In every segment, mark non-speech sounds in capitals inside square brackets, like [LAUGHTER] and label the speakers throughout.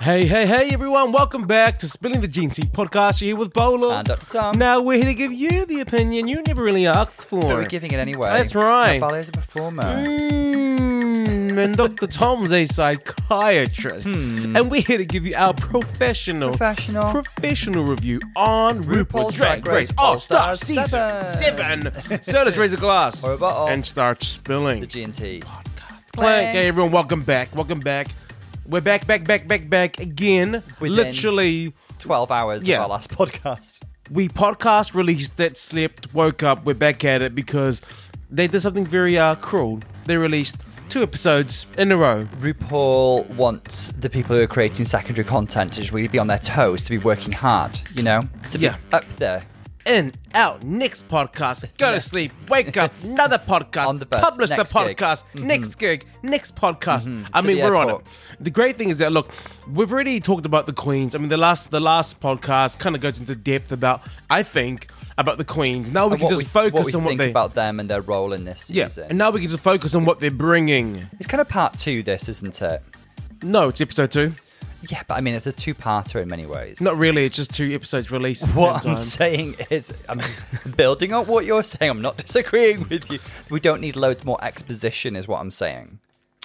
Speaker 1: Hey, hey, hey, everyone. Welcome back to Spilling the Gene Tea podcast. You're here with Bolo.
Speaker 2: And Dr. Tom.
Speaker 1: Now, we're here to give you the opinion you never really asked for.
Speaker 2: But we're giving it anyway.
Speaker 1: That's right.
Speaker 2: Nafale is a performer.
Speaker 1: Mm, and Dr. Tom's a psychiatrist.
Speaker 2: Hmm.
Speaker 1: And we're here to give you our professional
Speaker 2: Professional.
Speaker 1: professional review on RuPaul's,
Speaker 2: RuPaul's
Speaker 1: Drag
Speaker 2: Drag
Speaker 1: Race
Speaker 2: Race
Speaker 1: All Star
Speaker 2: All-Star
Speaker 1: Season
Speaker 2: Seven.
Speaker 1: 7. So let's raise a glass
Speaker 2: Or a bottle.
Speaker 1: and start spilling.
Speaker 2: the G&T.
Speaker 1: Clank.
Speaker 2: Clank.
Speaker 1: Hey, everyone, welcome back. Welcome back. We're back, back, back, back, back again.
Speaker 2: Within-
Speaker 1: Literally,
Speaker 2: 12 hours
Speaker 1: Yeah.
Speaker 2: of our last podcast.
Speaker 1: we podcast released that slept, woke up, we're back at it because they did something very uh, cruel. They released two episodes in a row.
Speaker 2: RuPaul wants the people who are creating secondary content to just really be on their toes, to be working hard, you know? To be
Speaker 1: Yeah.
Speaker 2: up there.
Speaker 1: In, out, next podcast, go to sleep, wake
Speaker 2: [LAUGHS]
Speaker 1: up, another podcast,
Speaker 2: On the bus,
Speaker 1: publish the
Speaker 2: next gig. Mm-hmm.
Speaker 1: podcast, next gig, next podcast. I
Speaker 2: To
Speaker 1: mean,
Speaker 2: the
Speaker 1: we're on it.
Speaker 2: airport.
Speaker 1: The great thing is that look, we've already talked about the queens. I mean, the last the last podcast kind of goes into depth about I think about the queens. Now we
Speaker 2: And
Speaker 1: can
Speaker 2: what
Speaker 1: just
Speaker 2: we,
Speaker 1: focus
Speaker 2: what we
Speaker 1: on what
Speaker 2: think
Speaker 1: they
Speaker 2: about them and their role in this
Speaker 1: yeah,
Speaker 2: season.
Speaker 1: and now we can just focus on what they're bringing.
Speaker 2: it's kind of part two, this, isn't it?
Speaker 1: No, it's episode two.
Speaker 2: Yeah, but I mean, it's a two-parter in many ways.
Speaker 1: Not really. It's just two episodes released. At
Speaker 2: What
Speaker 1: the same
Speaker 2: I'm
Speaker 1: time.
Speaker 2: saying is, I'm building on what you're saying. I'm not disagreeing with you. We don't need loads more exposition, is what I'm saying.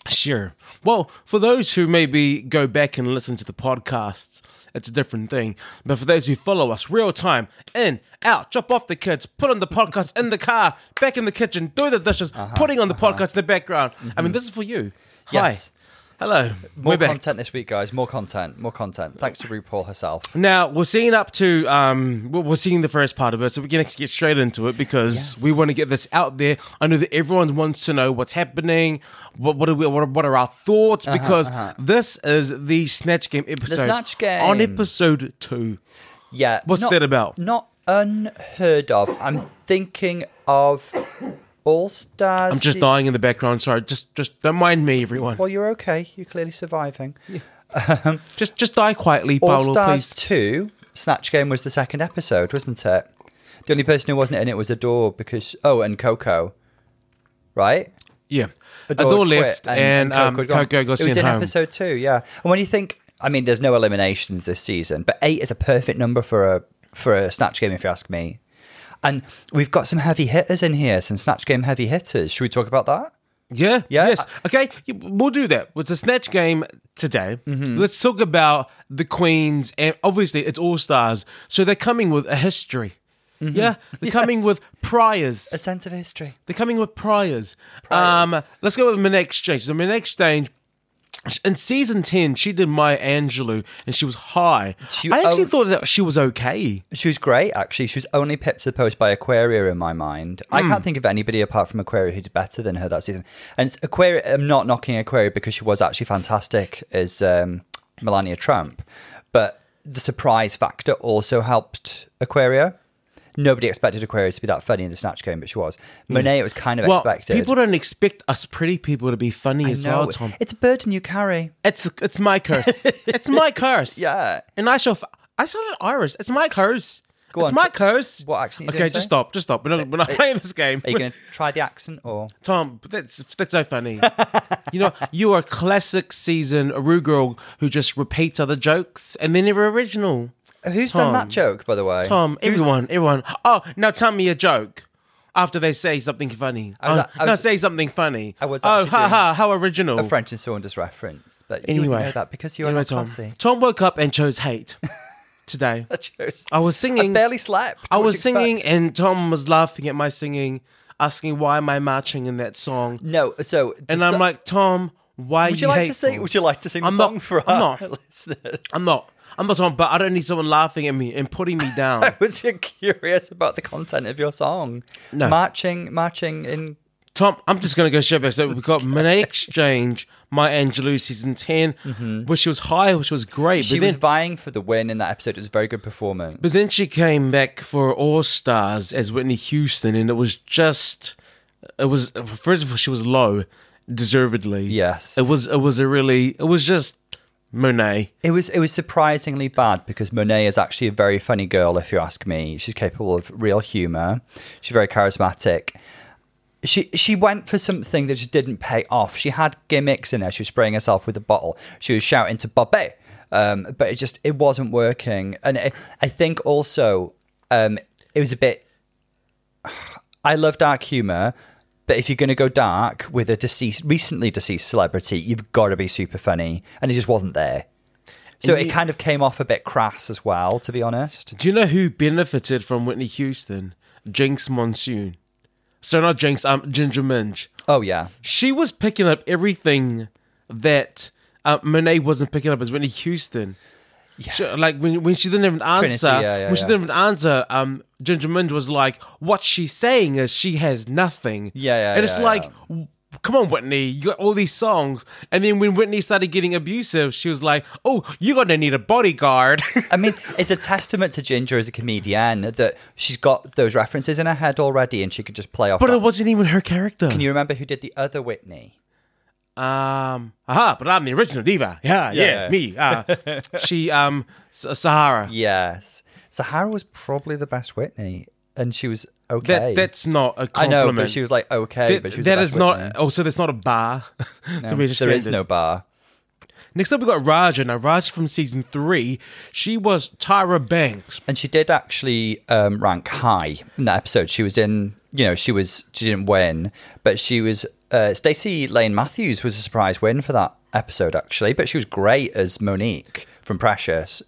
Speaker 1: Sure. Well, for those who maybe go back and listen to the podcasts, it's a different thing. But for those who follow us real time, in, out, drop off the kids, put on the podcast in the car, back in the kitchen, do the dishes,
Speaker 2: Uh-huh,
Speaker 1: putting on the podcast in the background. I mean, this is for you.
Speaker 2: Mm-hmm. Yes.
Speaker 1: Hi. Hello.
Speaker 2: More
Speaker 1: We're back.
Speaker 2: content this week, guys. More content. More content. Thanks to RuPaul herself.
Speaker 1: Now we're seeing up to um we're we're seeing the first part of it, so we're gonna get straight into it because
Speaker 2: Yes.
Speaker 1: we want to get this out there. I know that everyone wants to know what's happening, what what are we, what are, what are our thoughts
Speaker 2: Uh-huh,
Speaker 1: because this is the snatch game episode.
Speaker 2: Snatch Game.
Speaker 1: on episode two.
Speaker 2: Yeah.
Speaker 1: What's
Speaker 2: not-
Speaker 1: that about?
Speaker 2: Not unheard of. I'm thinking of All Stars.
Speaker 1: I'm just dying in the background. Sorry, just just don't mind me, everyone.
Speaker 2: Well, you're okay. You're clearly surviving.
Speaker 1: Just just die quietly,
Speaker 2: All
Speaker 1: Paolo,
Speaker 2: Stars
Speaker 1: please.
Speaker 2: 2, Snatch Game was the second episode, wasn't it? The only person who wasn't in it was Adore because. Oh, and Coco. Right?
Speaker 1: Yeah, a
Speaker 2: Adore
Speaker 1: door
Speaker 2: quit
Speaker 1: left and, um,
Speaker 2: had gone.
Speaker 1: Coco got
Speaker 2: It was
Speaker 1: sent
Speaker 2: in
Speaker 1: home.
Speaker 2: episode two, yeah. And when you think, I mean, there's no eliminations this season, but eight is a perfect number for a for a snatch game, if you ask me. And we've got some heavy hitters in here, some snatch game heavy hitters. Should we talk about that?
Speaker 1: Yeah.
Speaker 2: Yeah,
Speaker 1: Yes. okay. you- We'll do that with the snatch game today.
Speaker 2: Mm-hmm.
Speaker 1: Let's talk about the queens, and obviously it's all stars, so they're coming with a history. Yeah, they're coming
Speaker 2: Mm-hmm. Yes.
Speaker 1: with priors.
Speaker 2: A sense of history.
Speaker 1: They're coming with priors. Um, let's go with Monet Exchange. The Monet Exchange. In season ten, she did Maya Angelou, and she was high.
Speaker 2: She-
Speaker 1: I actually
Speaker 2: oh.
Speaker 1: thought that she was okay.
Speaker 2: She was great, actually. She was only pipped to the post by Aquaria in my mind. I can't think of anybody apart from Aquaria who did better than her that season. And it's Aquaria, I'm not knocking Aquaria because she was actually fantastic as um, Melania Trump, but the surprise factor also helped Aquaria. Nobody expected Aquaria to be that funny in the Snatch Game, but she was. Monet, it was kind of
Speaker 1: Well,
Speaker 2: expected.
Speaker 1: people don't expect us pretty people to be funny
Speaker 2: I
Speaker 1: as
Speaker 2: know.
Speaker 1: well, Tom.
Speaker 2: It's a burden you carry.
Speaker 1: It's it's my curse. it's
Speaker 2: [LAUGHS]
Speaker 1: my curse.
Speaker 2: Yeah.
Speaker 1: And I shall. F- I sounded Irish. It's my curse.
Speaker 2: Go
Speaker 1: it's
Speaker 2: on,
Speaker 1: my
Speaker 2: tr-
Speaker 1: curse.
Speaker 2: what accent you
Speaker 1: Okay,
Speaker 2: gonna
Speaker 1: just
Speaker 2: say?
Speaker 1: stop. Just stop. We're not, we're not playing this game.
Speaker 2: Are you going to try the accent or?
Speaker 1: Tom, but that's that's so
Speaker 2: [LAUGHS]
Speaker 1: funny. you know, you are a classic season Aru girl who just repeats other jokes and they're never original.
Speaker 2: Who's
Speaker 1: Tom.
Speaker 2: done that joke, by the way?
Speaker 1: Tom, everyone, everyone. Oh, now tell me a joke. After they say something funny,
Speaker 2: I was
Speaker 1: oh,
Speaker 2: a- I
Speaker 1: now
Speaker 2: was-
Speaker 1: say something funny.
Speaker 2: I was
Speaker 1: oh,
Speaker 2: actually
Speaker 1: ha
Speaker 2: doing
Speaker 1: ha! How original.
Speaker 2: A French and Saunders reference, but you
Speaker 1: anyway,
Speaker 2: wouldn't know that because you're
Speaker 1: anyway,
Speaker 2: not
Speaker 1: Tom.
Speaker 2: classy.
Speaker 1: Tom woke up and chose hate today.
Speaker 2: [LAUGHS] I chose.
Speaker 1: I was singing.
Speaker 2: I barely slept.
Speaker 1: I
Speaker 2: What
Speaker 1: was
Speaker 2: do you
Speaker 1: singing,
Speaker 2: expect?
Speaker 1: and Tom was laughing at my singing, asking why am I marching in that song,
Speaker 2: No, so the
Speaker 1: and I'm
Speaker 2: so-
Speaker 1: like, Tom, why
Speaker 2: would
Speaker 1: you
Speaker 2: you like to
Speaker 1: hateful?"
Speaker 2: sing? Would you like to sing the
Speaker 1: I'm not-
Speaker 2: song for
Speaker 1: I'm
Speaker 2: our
Speaker 1: not.
Speaker 2: [LAUGHS] listeners?
Speaker 1: I'm not, I'm not Tom, but I don't need someone laughing at me and putting me
Speaker 2: [LAUGHS]
Speaker 1: down.
Speaker 2: was you curious about the content of your song?
Speaker 1: No.
Speaker 2: marching, marching in.
Speaker 1: Tom, I'm just gonna go straight back. So we've
Speaker 2: [LAUGHS]
Speaker 1: got Monet Exchange, My Angelou season 10 which was high, which was great.
Speaker 2: Mm-hmm. She
Speaker 1: but
Speaker 2: was
Speaker 1: then,
Speaker 2: vying for the win in that episode. It was a very good performance.
Speaker 1: but then she came back for All Stars as Whitney Houston, and it was just, it was first of all she was low, deservedly.
Speaker 2: yes,
Speaker 1: It was it was a really it was just Monet.
Speaker 2: It was it was surprisingly bad because Monet is actually a very funny girl, if you ask me. She's capable of real humour. She's very charismatic. She she went for something that just didn't pay off. She had gimmicks in there. She was spraying herself with a bottle. She was shouting to Bobby um, but it just it wasn't working. And it, I think also um, it was a bit. [SIGHS] I love dark humor, but if you're going to go dark with a deceased, recently deceased celebrity, you've got to be super funny, and it just wasn't there. So
Speaker 1: And
Speaker 2: it
Speaker 1: you-
Speaker 2: kind of came off a bit crass as well, to be honest.
Speaker 1: Do you know who benefited from Whitney Houston? Jinx Monsoon. So not Jinx, um, Ginger Minge.
Speaker 2: Oh yeah,
Speaker 1: She was picking up everything that uh, Monet wasn't picking up as Whitney Houston. She- like when, when she didn't have an answer,
Speaker 2: yeah, yeah,
Speaker 1: when she
Speaker 2: yeah.
Speaker 1: didn't have an answer, um, Ginger Minge was like, "What she's saying is she has nothing."
Speaker 2: Yeah, yeah,
Speaker 1: and it's
Speaker 2: yeah,
Speaker 1: like,
Speaker 2: yeah.
Speaker 1: w- "Come on, Whitney, you got all these songs." And then when Whitney started getting abusive, she was like, "Oh, you're gonna need a bodyguard." [LAUGHS]
Speaker 2: I mean, it's a testament to Ginger as a comedian that she's got those references in her head already, and she could just play off.
Speaker 1: but
Speaker 2: that.
Speaker 1: it wasn't even her character.
Speaker 2: Can you remember who did the other Whitney?
Speaker 1: Um, aha, but I'm the original diva. Yeah, yeah,
Speaker 2: yeah.
Speaker 1: me.
Speaker 2: [LAUGHS]
Speaker 1: Uh, she, um, S- Sahara.
Speaker 2: Yes, Sahara was probably the best Whitney, and she was
Speaker 1: That
Speaker 2: okay.
Speaker 1: that's not a
Speaker 2: I
Speaker 1: compliment.
Speaker 2: know, but she was like okay,
Speaker 1: That-
Speaker 2: but she was
Speaker 1: that
Speaker 2: the
Speaker 1: is
Speaker 2: best
Speaker 1: not.
Speaker 2: Whitney.
Speaker 1: Oh, so there's not a bar. [LAUGHS] so we just
Speaker 2: there is
Speaker 1: ended.
Speaker 2: no bar.
Speaker 1: Next up, we got Raja. Now, Raja from season three, she was Tyra Banks.
Speaker 2: And she did actually um, rank high in that episode. She was in, you know, she was she didn't win, but she was. Uh, Stacey Lane Matthews was a surprise win for that episode, actually, but she was great as Monique from Precious.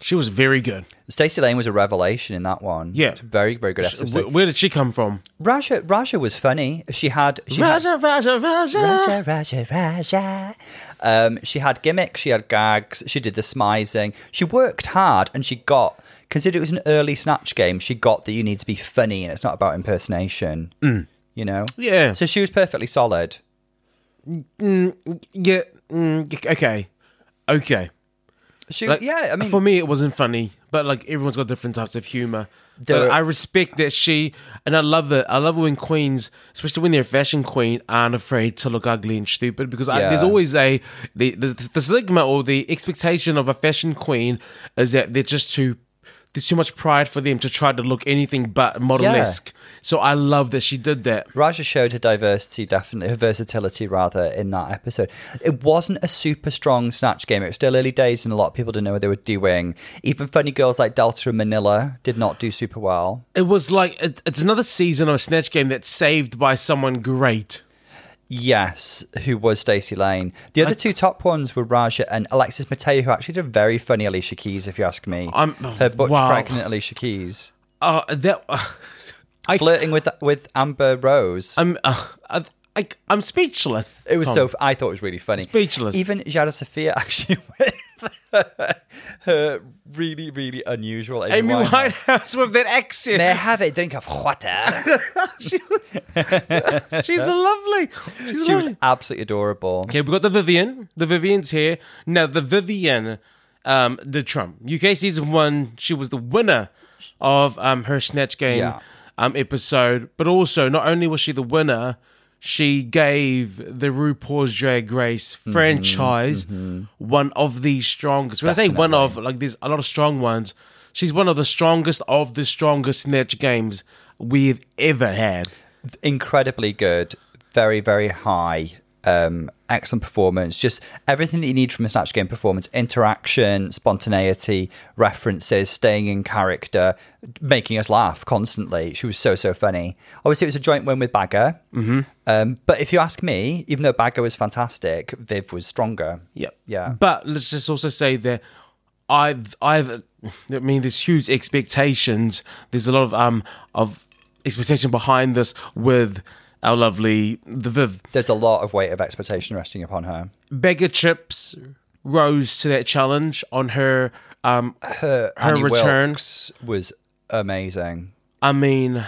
Speaker 1: She was very good.
Speaker 2: Stacey Lane was a revelation in that one.
Speaker 1: Yeah.
Speaker 2: It's a very very good episode.
Speaker 1: Where, where did she come from?
Speaker 2: Raja Raja was funny. She had she had-
Speaker 1: Raja, Raja, Raja.
Speaker 2: Raja, Raja, Raja. Um, she had gimmicks, she had gags, she did the smizing. She worked hard and she got, considered it was an early snatch game, she got that you need to be funny and it's not about impersonation.
Speaker 1: Mm.
Speaker 2: You know?
Speaker 1: Yeah.
Speaker 2: So she was perfectly solid.
Speaker 1: Yeah. mm, y- okay. Okay.
Speaker 2: She,
Speaker 1: Like,
Speaker 2: yeah, I mean,
Speaker 1: for me, it wasn't funny, but like everyone's got different types of humor.
Speaker 2: There-
Speaker 1: But I respect that she, and I love it. I love it when queens, especially when they're a fashion queen, aren't afraid to look ugly and stupid because I, there's
Speaker 2: Yeah.
Speaker 1: always a the, the the stigma or the expectation of a fashion queen is that they're just too. There's too much pride for them to try to look anything but model esque. So I love that she did that.
Speaker 2: Raja showed her diversity, definitely her versatility, rather, in that episode. It wasn't a super strong snatch game. It was still early days, and a lot of people didn't know what they were doing. Even funny girls like Delta and Manila did not do super well.
Speaker 1: It was like it's, it's another season of a snatch game that's saved by someone great.
Speaker 2: Yes, who was Stacey Lane? The other two top ones were Raja and Alexis Mateo, who actually did a very funny Alicia Keys, if you ask me.
Speaker 1: I'm-
Speaker 2: her butch
Speaker 1: wow.
Speaker 2: pregnant Alicia Keys
Speaker 1: Oh, that. [LAUGHS] I
Speaker 2: flirting with with Amber Rose.
Speaker 1: I'm uh, I, I, I'm speechless.
Speaker 2: it was
Speaker 1: Tom.
Speaker 2: so. f- I thought it was really funny.
Speaker 1: Speechless.
Speaker 2: Even Jada Sophia [LAUGHS] actually with her, her really really unusual Amy,
Speaker 1: Amy
Speaker 2: Winehouse.
Speaker 1: Winehouse with that accent.
Speaker 2: May I have a drink
Speaker 1: [LAUGHS]
Speaker 2: of water?
Speaker 1: She's lovely. She's
Speaker 2: she was
Speaker 1: lovely.
Speaker 2: absolutely adorable.
Speaker 1: okay, we got the Vivian. The Vivian's here now. The Vivian, um, did Trump UK season one. She was the winner of um her snatch game
Speaker 2: Yeah.
Speaker 1: um episode, but also not only was she the winner. She gave the RuPaul's Drag Race franchise one of the strongest. When I say one of, like there's a lot of strong ones. She's one of the strongest of the strongest snatch games we've ever had.
Speaker 2: incredibly good, very very high, um, excellent performance. Just everything that you need from a snatch game performance: interaction, spontaneity, references, staying in character, making us laugh constantly. She was so so funny. Obviously, it was a joint win with Bagger, mm-hmm. um, but if you ask me, even though Bagger was fantastic, Viv was stronger.
Speaker 1: Yep.
Speaker 2: Yeah.
Speaker 1: But let's just also say that I've I've I mean there's huge expectations. There's a lot of um of expectation behind this with our lovely the Viv
Speaker 2: There's a lot of weight of expectation resting upon her.
Speaker 1: Beggar Chips rose to that challenge on her um her, her
Speaker 2: Annie
Speaker 1: return.
Speaker 2: Wilkes was amazing.
Speaker 1: I mean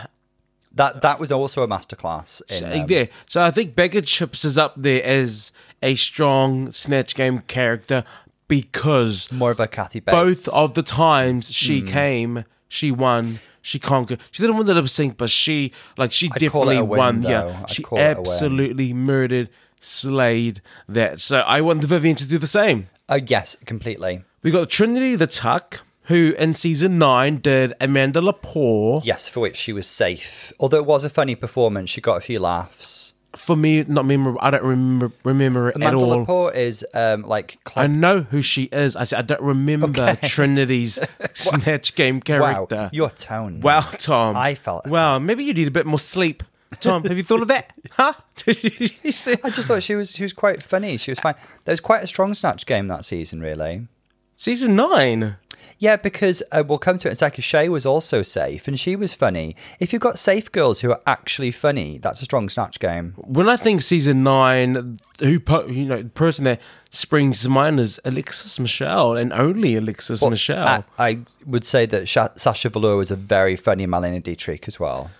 Speaker 2: That that was also a masterclass. In,
Speaker 1: Yeah.
Speaker 2: um,
Speaker 1: So I think Beggar Chips is up there as a strong snatch game character because
Speaker 2: more of a Kathy Bates.
Speaker 1: both of the times she
Speaker 2: Hmm.
Speaker 1: came, she won, she conquered. She didn't win the lip sync, but she like she definitely
Speaker 2: a win,
Speaker 1: won.
Speaker 2: though.
Speaker 1: Yeah,
Speaker 2: I'd
Speaker 1: she
Speaker 2: call it a win.
Speaker 1: absolutely murdered, slayed that. So I want the Vivian to do the same.
Speaker 2: Uh, yes, completely.
Speaker 1: We got Trinity the Tuck, who in season nine did Amanda Lepore.
Speaker 2: Yes, for which she was safe. Although it was a funny performance, she got a few laughs.
Speaker 1: for me not memorable. I don't remember remember it at
Speaker 2: Amanda
Speaker 1: all.
Speaker 2: Laporte is um, like
Speaker 1: I
Speaker 2: club.
Speaker 1: know who she is. I said I don't remember
Speaker 2: [LAUGHS]
Speaker 1: Trinity's Snatch Game
Speaker 2: wow,
Speaker 1: character.
Speaker 2: your tone.
Speaker 1: Wow, Tom.
Speaker 2: I felt it.
Speaker 1: Wow, maybe you need a bit more sleep. Tom, have you thought of
Speaker 2: [LAUGHS]
Speaker 1: that? Huh? You see-
Speaker 2: I just thought she was she was quite funny. She was fine. There was quite a strong snatch game that season, really.
Speaker 1: [LAUGHS] Season nine.
Speaker 2: Yeah, because uh, we'll come to it in a second. Shay was also safe, and she was funny. If you've got safe girls who are actually funny, that's a strong snatch game.
Speaker 1: When I think season nine, who po- you know, the person that springs to mind is Alexis Michelle and only Alexis Michelle.
Speaker 2: I, I would say that Sha- Sasha Velour was a very funny Malena Dietrich as well.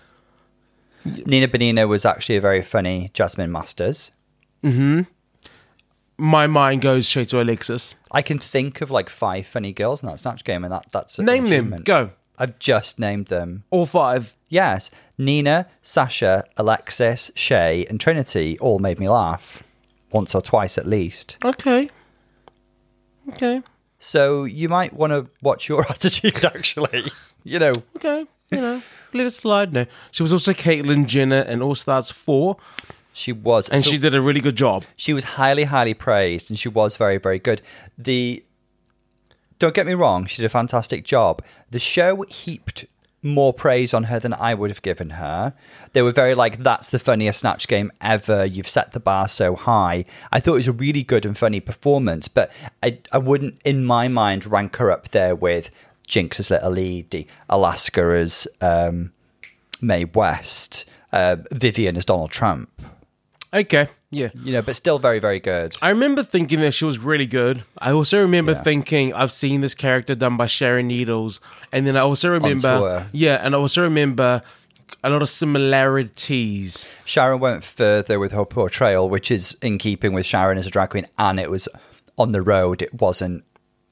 Speaker 2: Nina Benina was actually a very funny Jasmine Masters.
Speaker 1: My mind goes straight to Alexis.
Speaker 2: I can think of like five funny girls in that snatch game, and that that's an
Speaker 1: Name them.
Speaker 2: achievement.
Speaker 1: Go.
Speaker 2: I've just named them.
Speaker 1: All five.
Speaker 2: Yes, Nina, Sasha, Alexis, Shay, and Trinity all made me laugh once or twice at least.
Speaker 1: Okay. Okay.
Speaker 2: So you might want to watch your [LAUGHS] attitude, actually. You know,
Speaker 1: Okay. You
Speaker 2: [LAUGHS]
Speaker 1: know, let it slide. No. She was also Caitlyn Jenner in All Stars 4,
Speaker 2: she was,
Speaker 1: and she did a really good job.
Speaker 2: she was highly, highly praised, and she was very, very good. The don't get me wrong, she did a fantastic job. The show heaped more praise on her than I would have given her. They were very like, "That's the funniest snatch game ever. You've set the bar so high." I thought it was a really good and funny performance, but I, I wouldn't, in my mind, rank her up there with Jinx as Little Edie, Alaska as um, Mae West, uh, Vivian as Donald Trump.
Speaker 1: Okay. Yeah.
Speaker 2: You know, but still very, very good.
Speaker 1: I remember thinking that she was really good. I also remember
Speaker 2: Yeah.
Speaker 1: thinking I've seen this character done by Sharon Needles, and then I also remember
Speaker 2: tour.
Speaker 1: yeah, and I also remember a lot of similarities.
Speaker 2: Sharon went further with her portrayal, which is in keeping with Sharon as a drag queen, and it was on the road. It wasn't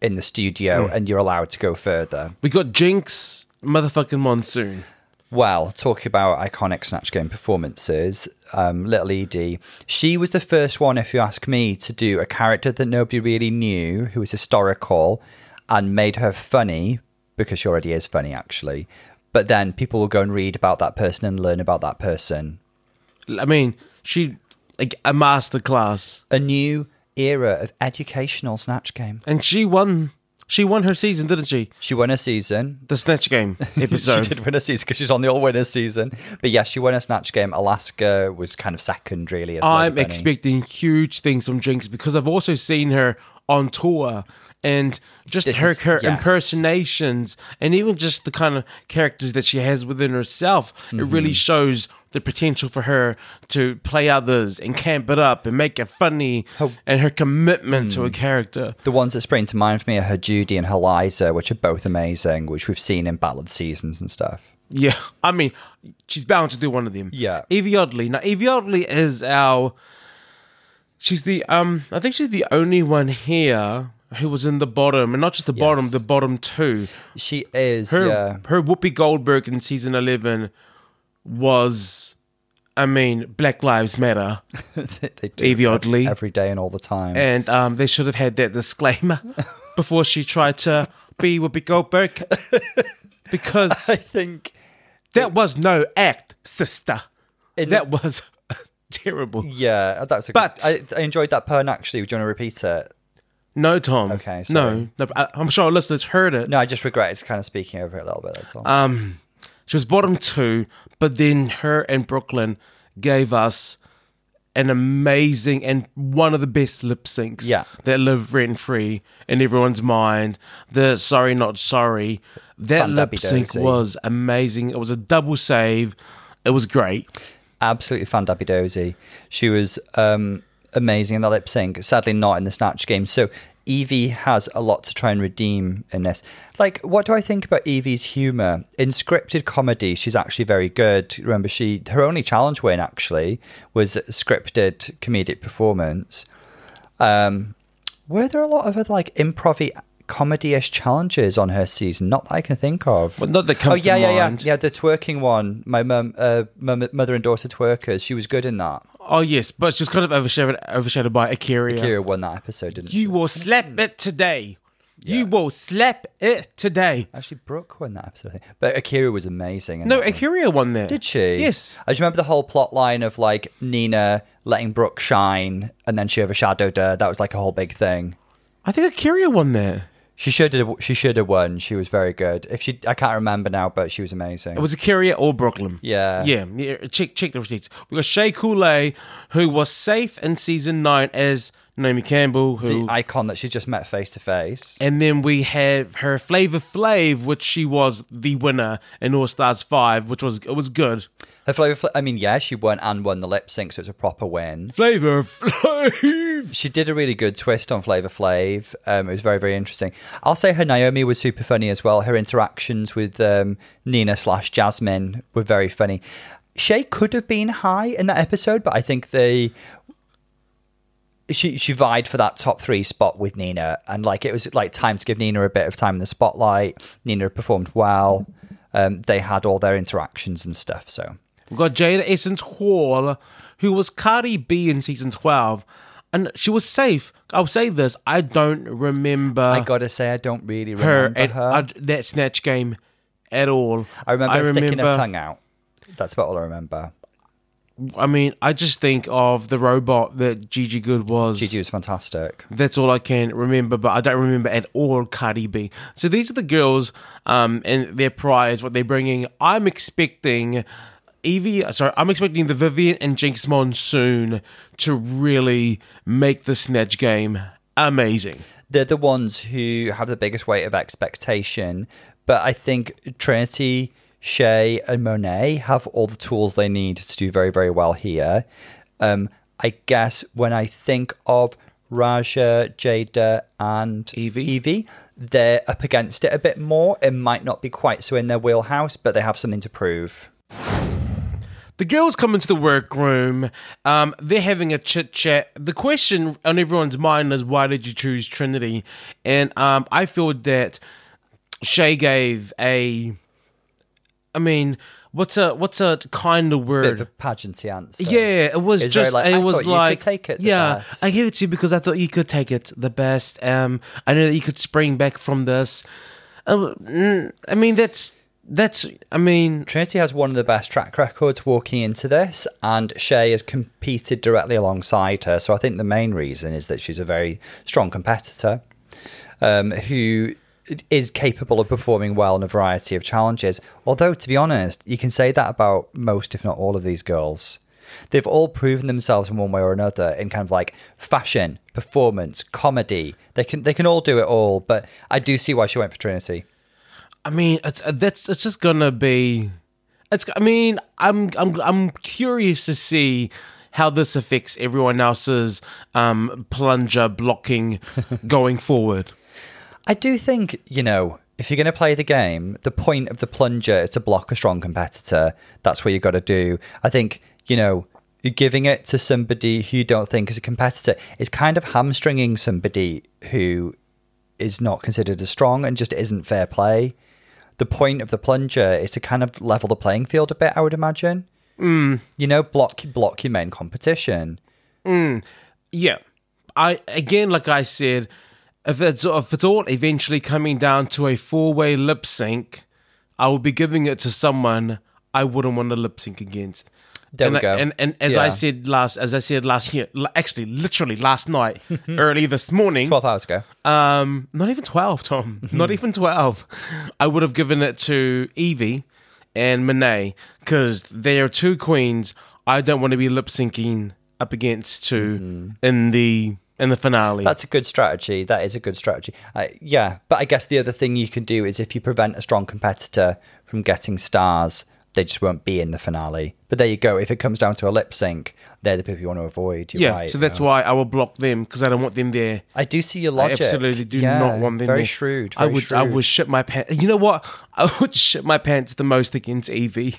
Speaker 2: in the studio, and you're allowed to go further.
Speaker 1: We got Jinx, motherfucking Monsoon.
Speaker 2: Well, talking about iconic Snatch Game performances, um, Little Edie, she was the first one, if you ask me, to do a character that nobody really knew, who was historical, and made her funny, because she already is funny, actually. But then people will go and read about that person and learn about that person.
Speaker 1: I mean, she like a masterclass,
Speaker 2: A new era of educational Snatch Game.
Speaker 1: and she won. She won her season, didn't she?
Speaker 2: She won a season. [LAUGHS]
Speaker 1: The Snatch Game episode.
Speaker 2: She did win a season because she's on the all winners season. But yeah, she won a snatch game. Alaska was kind of second, really. As Lady
Speaker 1: I'm
Speaker 2: Bunny.
Speaker 1: expecting huge things from Jinx because I've also seen her on tour and just
Speaker 2: This
Speaker 1: her,
Speaker 2: is-
Speaker 1: her
Speaker 2: yes.
Speaker 1: impersonations and even just the kind of characters that she has within herself.
Speaker 2: Mm-hmm.
Speaker 1: It really shows the potential for her to play others and camp it up and make it funny and her commitment
Speaker 2: Mm.
Speaker 1: to a character.
Speaker 2: The ones that spring to mind for me are her Judy and her Liza, which are both amazing, which we've seen in Battle of the Seasons and stuff.
Speaker 1: Yeah, I mean, she's bound to do one of them.
Speaker 2: Yeah.
Speaker 1: Evie Oddly. Now, Evie Oddly is our. She's the um. I think she's the only one here who was in the bottom, and not just the bottom,
Speaker 2: Yes.
Speaker 1: the bottom two.
Speaker 2: She is,
Speaker 1: Her
Speaker 2: yeah. [LAUGHS]
Speaker 1: her Whoopi Goldberg in season eleven was, I mean, Black Lives Matter,
Speaker 2: they
Speaker 1: [LAUGHS]
Speaker 2: do [LAUGHS]
Speaker 1: Evie Oddly,
Speaker 2: every day and all the time.
Speaker 1: and um, they should have had that disclaimer before she tried to be Whoopi Goldberg,
Speaker 2: [LAUGHS]
Speaker 1: because
Speaker 2: [LAUGHS] I think
Speaker 1: that was no act, sister.
Speaker 2: in
Speaker 1: That was [LAUGHS] terrible.
Speaker 2: yeah, that's a
Speaker 1: But-
Speaker 2: good, I, I enjoyed that pun actually. Do you want to repeat it?
Speaker 1: No, Tom.
Speaker 2: Okay,
Speaker 1: No,
Speaker 2: sorry.
Speaker 1: no. I, I'm sure our listeners heard it.
Speaker 2: No, I just regretted kind of speaking over it a little bit. That's all.
Speaker 1: Um, she was bottom two, but then her and Brooklyn gave us an amazing and one of the best lip syncs.
Speaker 2: Yeah.
Speaker 1: that live rent free in everyone's mind. The sorry not sorry. That
Speaker 2: Fun
Speaker 1: lip sync
Speaker 2: dubby-dozy.
Speaker 1: was amazing. It was a double save. It was great.
Speaker 2: absolutely fan Dabby Dozy. She was um, amazing in the lip sync. Sadly, not in the snatch game. So Evie has a lot to try and redeem in this. Like, what do I think about Evie's humor in scripted comedy? She's actually very good. Remember, she her only challenge win actually was scripted comedic performance. Um, were there a lot of other like improv comedy-ish challenges on her season? Not that I can think of.
Speaker 1: Well, not that comes
Speaker 2: Oh yeah,
Speaker 1: to
Speaker 2: yeah,
Speaker 1: mind.
Speaker 2: yeah, yeah. The twerking one. My mum, uh, mum, mother and daughter twerkers. She was good in that.
Speaker 1: Oh yes, but she was kind of overshadowed overshadowed by Akira. Mm.
Speaker 2: Kira won that episode, didn't she?
Speaker 1: You will slap it today. You will slap it today.
Speaker 2: Actually, Brooke won that episode, I think. But Akira was amazing. in
Speaker 1: No,
Speaker 2: that one.
Speaker 1: Akira won there.
Speaker 2: Did she?
Speaker 1: Yes.
Speaker 2: I just remember the whole plot line of like Nina letting Brooke shine and then she overshadowed her. That was like a whole big thing.
Speaker 1: I think Akira won there.
Speaker 2: She should have. She should have won. She was very good. If she, I can't remember now, but she was amazing.
Speaker 1: It was Akira or Brooklyn.
Speaker 2: Yeah.
Speaker 1: Yeah. yeah, Check check the receipts. We got Shay Coulee, who was safe in season nine as Naomi Campbell, who
Speaker 2: the icon that she just met face to face.
Speaker 1: and then we have her Flavor Flav, which she was the winner in All Stars Five, which was it was good.
Speaker 2: Her flavor. Fl- I mean, yeah, she won and won the lip sync, so it's a proper win.
Speaker 1: Flavor Flav.
Speaker 2: She did a really good twist on Flavor Flav. Um, it was very, very interesting. I'll say her Naomi was super funny as well. Her interactions with um, Nina slash Jasmine were very funny. Shay could have been high in that episode, but I think they she she vied for that top three spot with Nina, and like it was like time to give Nina a bit of time in the spotlight. Nina performed well. Um, they had all their interactions and stuff. So
Speaker 1: We got Jada Essence Hall, who was Cardi B in season twelve, and she was safe. I'll say this: I don't remember
Speaker 2: I gotta say, I don't really
Speaker 1: Ah. her
Speaker 2: remember
Speaker 1: at
Speaker 2: her.
Speaker 1: uh, that snatch game at all.
Speaker 2: I remember her sticking her
Speaker 1: remember-
Speaker 2: tongue out. That's about all I remember.
Speaker 1: I mean, I just think of the robot that Gigi Good was.
Speaker 2: Gigi was fantastic.
Speaker 1: That's all I can remember, but I don't remember at all Cardi B. So these are the girls um, and their prize, what they're bringing. I'm expecting Evie, sorry, I'm expecting the Vivian and Jinx Monsoon to really make the snatch game amazing.
Speaker 2: They're the ones who have the biggest weight of expectation, but I think Trinity, Shay, and Monet have all the tools they need to do very, very well here. Um, I guess when I think of Raja, Jada, and
Speaker 1: Evie.
Speaker 2: Evie, they're up against it a bit more. It might not be quite so in their wheelhouse, but they have something to prove.
Speaker 1: The girls come into the workroom. Um, they're having a chit chat. The question on everyone's mind is, why did you choose Trinity? And um, I feel that Shay gave a. I mean, what's a what's a kinder
Speaker 2: Bit of a
Speaker 1: word?
Speaker 2: pageanty answer.
Speaker 1: Yeah, it was
Speaker 2: It's very
Speaker 1: just
Speaker 2: like,
Speaker 1: it
Speaker 2: "I
Speaker 1: was
Speaker 2: thought you could
Speaker 1: like
Speaker 2: take it the
Speaker 1: yeah,
Speaker 2: best."
Speaker 1: I gave it to you because I thought you could take it the best. Um, I know that you could spring back from this. Uh, mm, I mean, that's that's. I mean,
Speaker 2: Trinity has one of the best track records walking into this, and Shay has competed directly alongside her. So I think the main reason is that she's a very strong competitor um, who is capable of performing well in a variety of challenges. Although, to be honest, you can say that about most, if not all, of these girls. They've all proven themselves in one way or another in kind of like fashion, performance, comedy. They can they can all do it all, but I do see why she went for Trinity.
Speaker 1: I mean, it's uh, that's it's just gonna be. It's. I mean, I'm I'm I'm curious to see how this affects everyone else's um, plunger
Speaker 2: [LAUGHS]
Speaker 1: blocking going forward.
Speaker 2: I do think, you know, if you're going to play the game, the point of the plunger is to block a strong competitor. That's what you got to do. I think, you know, you're giving it to somebody who you don't think is a competitor is kind of hamstringing somebody who is not considered as strong and just isn't fair play. The point of the plunger is to kind of level the playing field a bit, I would imagine.
Speaker 1: Hmm.
Speaker 2: You know, block block your main competition.
Speaker 1: Yeah, I again, like I said, if it's if it's all eventually coming down to a four way lip sync, I will be giving it to someone I wouldn't want to lip sync against.
Speaker 2: There
Speaker 1: and
Speaker 2: we
Speaker 1: I-
Speaker 2: go.
Speaker 1: and and as I
Speaker 2: Yeah.
Speaker 1: said last, as I said last year, li- actually, literally last
Speaker 2: [LAUGHS]
Speaker 1: night, early this morning,
Speaker 2: Twelve hours ago.
Speaker 1: Um, not even twelve, Tom.
Speaker 2: Mm-hmm.
Speaker 1: Not even twelve. I would have given it to Evie and Monet because they are two queens. I don't want to be lip syncing up against 2 in the in the finale.
Speaker 2: Mm-hmm. That's a good strategy. That is a good strategy. I yeah, but I guess the other thing you can do is if you prevent a strong competitor from getting stars, they just won't be in the finale. But there you go. If it comes down to a lip sync, they're the people you want to avoid. You're
Speaker 1: yeah,
Speaker 2: right.
Speaker 1: so that's why I will block them because I don't want them there.
Speaker 2: I do see your logic.
Speaker 1: I absolutely do
Speaker 2: Yeah,
Speaker 1: not want them
Speaker 2: Very
Speaker 1: there.
Speaker 2: shrewd.
Speaker 1: I
Speaker 2: very
Speaker 1: would I
Speaker 2: shrewd.
Speaker 1: would shit my pants. You know what? [LAUGHS] I would shit my pants the most against Evie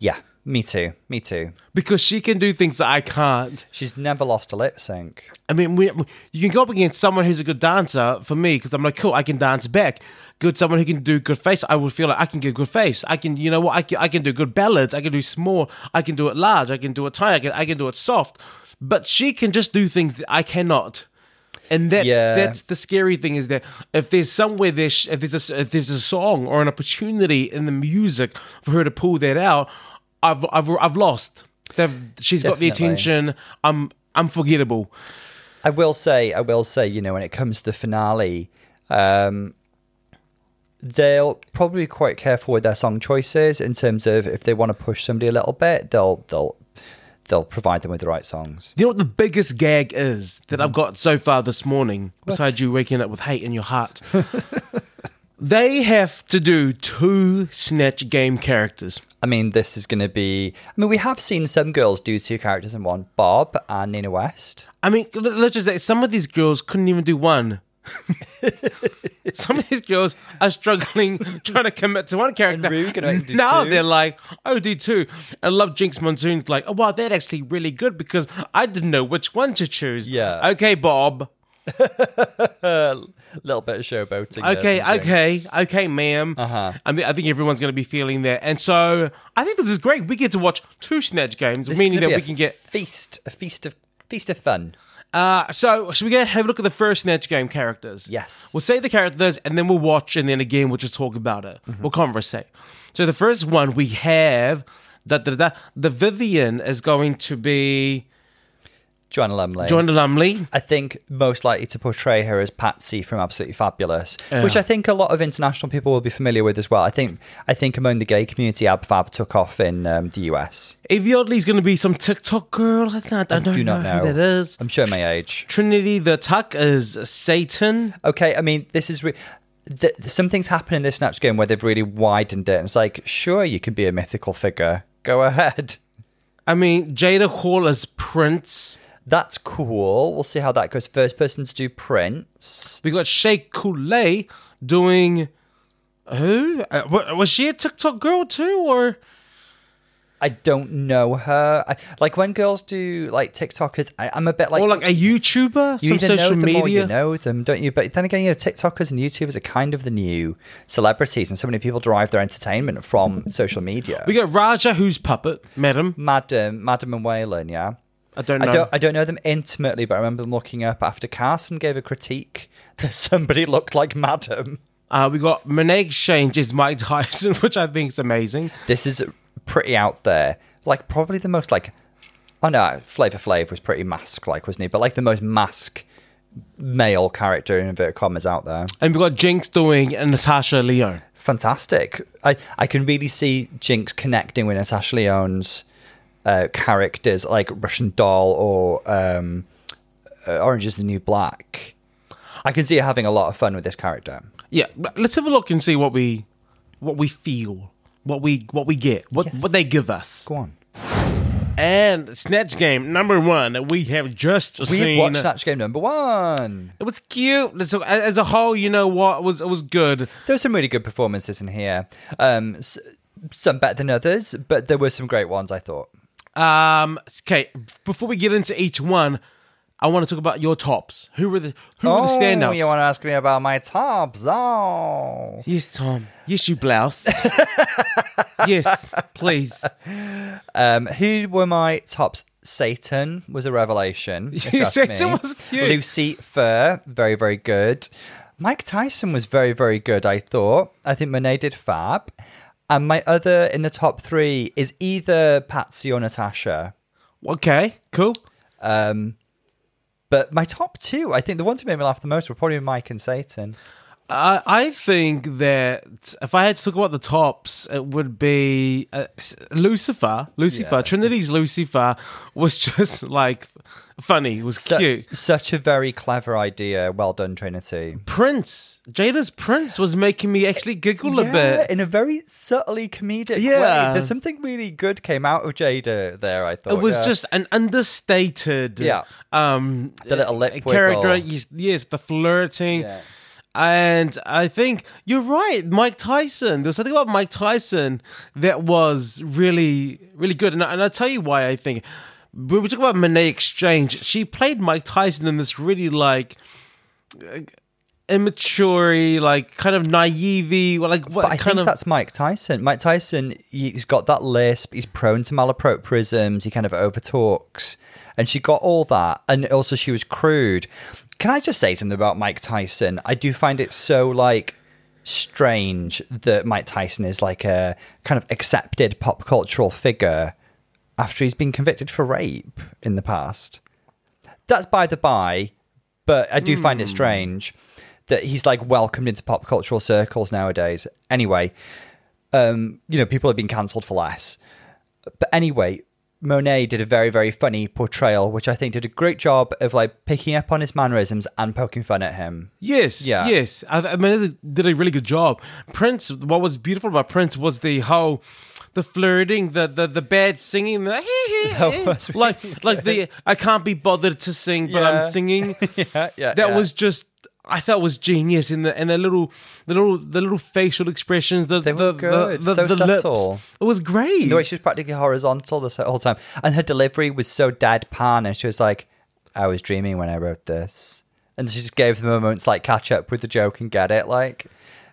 Speaker 2: Yeah, me too. Me too.
Speaker 1: because she can do things that I can't.
Speaker 2: She's never lost a lip sync.
Speaker 1: I mean, we, we- you can go up against someone who's a good dancer for me because I'm like, cool, I can dance back. Good, someone who can do good face. I would feel like I can get good face. I can, you know what? I can, I can do good ballads. I can do small. I can do it large. I can do it tight. I can, I can do it soft. But she can just do things that I cannot. and that's
Speaker 2: Yeah.
Speaker 1: that's the scary thing is that if there's somewhere there sh- if there's a, if there's a song or an opportunity in the music for her to pull that out, I've I've I've lost. They've, she's got the
Speaker 2: Definitely.
Speaker 1: attention. I'm I'm forgettable.
Speaker 2: I will say, I will say, you know, when it comes to the finale, um, they'll probably be quite careful with their song choices in terms of if they want to push somebody a little bit, they'll they'll they'll provide them with the right songs.
Speaker 1: Do you know what the biggest gag is that
Speaker 2: Mm.
Speaker 1: I've got so far this morning, besides you waking up with hate in your heart? [LAUGHS] they have to do two Snatch Game characters.
Speaker 2: I mean, this is going to be. I mean, we have seen some girls do two characters in one, Bob and Nina West.
Speaker 1: I mean, l- let's just say some of these girls couldn't even do one. [LAUGHS] some of these girls are struggling [LAUGHS] trying to commit to one character.
Speaker 2: And Rue can only do
Speaker 1: now
Speaker 2: two.
Speaker 1: they're like, oh, do two. And Love Jinx Monsoon's like, oh, wow, that's actually really good because I didn't know which one to choose.
Speaker 2: Yeah.
Speaker 1: Okay, Bob.
Speaker 2: A little bit of showboating. there
Speaker 1: Okay,
Speaker 2: from
Speaker 1: okay,
Speaker 2: Jinx.
Speaker 1: okay, ma'am. Uh-huh. I mean, I think everyone's going to be feeling that, and so I think this is great. We get to watch two snatch games,
Speaker 2: This is
Speaker 1: meaning
Speaker 2: gonna
Speaker 1: that
Speaker 2: be
Speaker 1: we
Speaker 2: a
Speaker 1: can get.
Speaker 2: feast, a feast of feast of fun.
Speaker 1: Uh, so should we go have a look at the first snatch game characters?
Speaker 2: Yes.
Speaker 1: We'll say the characters, and then we'll watch, and then again we'll just talk about it.
Speaker 2: Mm-hmm.
Speaker 1: We'll conversate. So the first one we have da, da, da, the Vivian is going to be
Speaker 2: Joanna Lumley.
Speaker 1: Joanna Lumley.
Speaker 2: I think most likely to portray her as Patsy from Absolutely Fabulous, which I think a lot of international people will be familiar with as well. I think I think among the gay community, Ab Fab took off in um, the US.
Speaker 1: Evie Oddly's going to be some TikTok girl. I, can't, I, don't
Speaker 2: do not
Speaker 1: who
Speaker 2: know. Um,
Speaker 1: that is.
Speaker 2: I'm sure my age.
Speaker 1: Trinity the Tuck is Satan.
Speaker 2: Okay, I mean this is. Re- th- some things happen in this snatch game where they've really widened it. And it's like, sure, you can be a mythical figure. Go ahead. [LAUGHS]
Speaker 1: I mean, Jada Hall as Prince.
Speaker 2: That's cool. We'll see how that goes. First person to do Prince.
Speaker 1: We got Shay Coulee doing who? Uh, wa- was she a TikTok girl too, or
Speaker 2: I don't know her. I, like when girls do like TikTokers, I, I'm a bit like,
Speaker 1: or like a YouTuber?
Speaker 2: you
Speaker 1: some
Speaker 2: either
Speaker 1: social
Speaker 2: know them or
Speaker 1: media.
Speaker 2: you know them, don't you? But then again, you know, TikTokers and YouTubers are kind of the new celebrities, and so many people derive their entertainment from social media.
Speaker 1: We got Raja, who's puppet, madam.
Speaker 2: Madam, Madam and Whalen, yeah.
Speaker 1: I don't
Speaker 2: I
Speaker 1: know.
Speaker 2: don't, I don't know them intimately, but I remember them looking up after Carson gave a critique [LAUGHS] that somebody looked like Madam.
Speaker 1: uh, we got Monet Shane is Mike Tyson, [LAUGHS] which I think is amazing.
Speaker 2: This is pretty out there. Like probably the most like, oh no, Flavor Flav was pretty mask like, wasn't he? But like the most mask male character in inverted commas out there.
Speaker 1: And we got Jinx doing Natasha Leo.
Speaker 2: fantastic. I, I can really see Jinx connecting with Natasha Leone's uh, characters like Russian Doll or um, uh, Orange is the New Black. I can see her having a lot of fun with this character.
Speaker 1: Yeah, but let's have a look and see what we what we feel, what we what we get, what
Speaker 2: Yes.
Speaker 1: what they give us.
Speaker 2: Go on.
Speaker 1: And Snatch Game number one, we have just
Speaker 2: We've
Speaker 1: seen.
Speaker 2: watched Snatch Game number one.
Speaker 1: It was cute. So a- as a whole, you know what it was it was good.
Speaker 2: There were some really good performances in here. Um, s- some better than others, but there were some great ones, I thought.
Speaker 1: Um, okay, before we get into each one, I want to talk about your tops. Who were the who were the
Speaker 2: Oh,
Speaker 1: standouts?
Speaker 2: you want to ask me about my tops? Oh.
Speaker 1: yes, Tom. Yes, you blouse. yes, please.
Speaker 2: Um, who were my tops? Satan was a
Speaker 1: [LAUGHS]
Speaker 2: revelation. if you ask
Speaker 1: Satan
Speaker 2: me.
Speaker 1: was cute.
Speaker 2: Lucy Fur, very, very good. Mike Tyson was very, very good, I thought. I think Monet did fab. And my other in the top three is either Patsy or Natasha.
Speaker 1: Okay, cool.
Speaker 2: But my top two, I think the ones who made me laugh the most were probably Mike and Satan.
Speaker 1: I I think that if I had to talk about the tops, it would be uh, s- Lucifer. Lucifer,
Speaker 2: Yeah.
Speaker 1: Trinity's Lucifer was [LAUGHS] just like funny. Was
Speaker 2: Su-
Speaker 1: cute.
Speaker 2: Such a very clever idea. Well done, Trinity.
Speaker 1: Prince, Jada's Prince was making me actually giggle a bit.
Speaker 2: in a very subtly comedic
Speaker 1: Yeah.
Speaker 2: way. There's something really good came out of Jada there, I thought.
Speaker 1: It was
Speaker 2: yeah.
Speaker 1: just an understated,
Speaker 2: Yeah.
Speaker 1: um,
Speaker 2: The little lip
Speaker 1: character.
Speaker 2: wiggle.
Speaker 1: Yes, yes, the flirting,
Speaker 2: Yeah.
Speaker 1: and I think you're right. Mike Tyson. There was something about Mike Tyson that was really, really good, and, I- and I'll tell you why. I think when we talk about Monet Exchange, she played Mike Tyson in this really like. uh, Immature, like kind of naive, like what
Speaker 2: But I
Speaker 1: kind
Speaker 2: think
Speaker 1: of
Speaker 2: that's Mike Tyson. Mike Tyson, he's got that lisp. He's prone to malapropisms. He kind of overtalks, and she got all that. And also, she was crude. Can I just say something about Mike Tyson? I do find it so like strange that Mike Tyson is like a kind of accepted pop cultural figure after he's been convicted for rape in the past. That's by the by, but I do find it
Speaker 1: Hmm.
Speaker 2: strange that he's like welcomed into pop cultural circles nowadays. Anyway, um, you know, people have been cancelled for less. But anyway, Monet did a very, very funny portrayal, which I think did a great job of like picking up on his mannerisms and poking fun at
Speaker 1: [LAUGHS]
Speaker 2: him.
Speaker 1: Yes,
Speaker 2: Yeah.
Speaker 1: yes. I, I mean, they did a really good job. Prince, what was beautiful about Prince was the how, the flirting, the the, the bad singing, the [LAUGHS]
Speaker 2: was
Speaker 1: like like the I can't be bothered to sing, but
Speaker 2: [LAUGHS] Yeah.
Speaker 1: I'm singing.
Speaker 2: Yeah, yeah.
Speaker 1: that
Speaker 2: yeah.
Speaker 1: was just I thought was genius in the and the little the little the little facial expressions the
Speaker 2: They were
Speaker 1: the,
Speaker 2: good,
Speaker 1: the,
Speaker 2: so
Speaker 1: the lips.
Speaker 2: subtle.
Speaker 1: It was great.
Speaker 2: the way she was practically horizontal this whole time, and her delivery was so deadpan, and she was like, "I was dreaming when I wrote this," and she just gave them a moment's like catch up with the joke and get it. Like,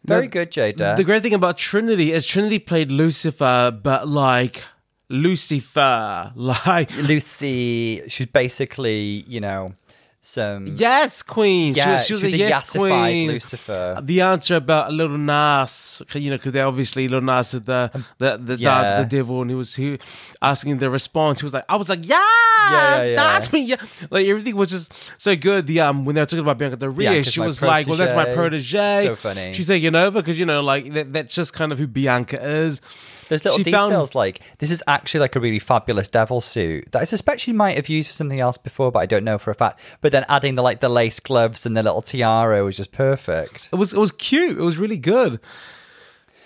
Speaker 2: very
Speaker 1: The-
Speaker 2: good, Jada.
Speaker 1: the great thing about Trinity is Trinity played Lucifer, but like Lucifer, [LAUGHS] like
Speaker 2: Lucy, she's basically, you know, some
Speaker 1: yes queen.
Speaker 2: yeah,
Speaker 1: she was, she was a, yes
Speaker 2: yassified
Speaker 1: queen.
Speaker 2: Lucifer.
Speaker 1: The answer about Little Nas, 'cause, you know, because they obviously Little Nas did the the, the dance
Speaker 2: Um, Yeah.
Speaker 1: with the devil, and he was he asking the response. He was like, "I was like, yes,
Speaker 2: Yeah, yeah,
Speaker 1: that's
Speaker 2: yeah.
Speaker 1: me." Yeah, like everything was just so good. The um when they were talking about Bianca Del Rio,
Speaker 2: Bianca's
Speaker 1: she
Speaker 2: my
Speaker 1: was like, "Well, that's my
Speaker 2: protege."
Speaker 1: protege."
Speaker 2: So funny.
Speaker 1: She's taking over because you know, like that, that's just kind of who Bianca is.
Speaker 2: There's little
Speaker 1: She found-
Speaker 2: details like this is actually like a really fabulous devil suit that I suspect she might have used for something else before, but I don't know for a fact. But then adding the like the lace gloves and the little tiara was just perfect.
Speaker 1: It was it was cute. It was really good.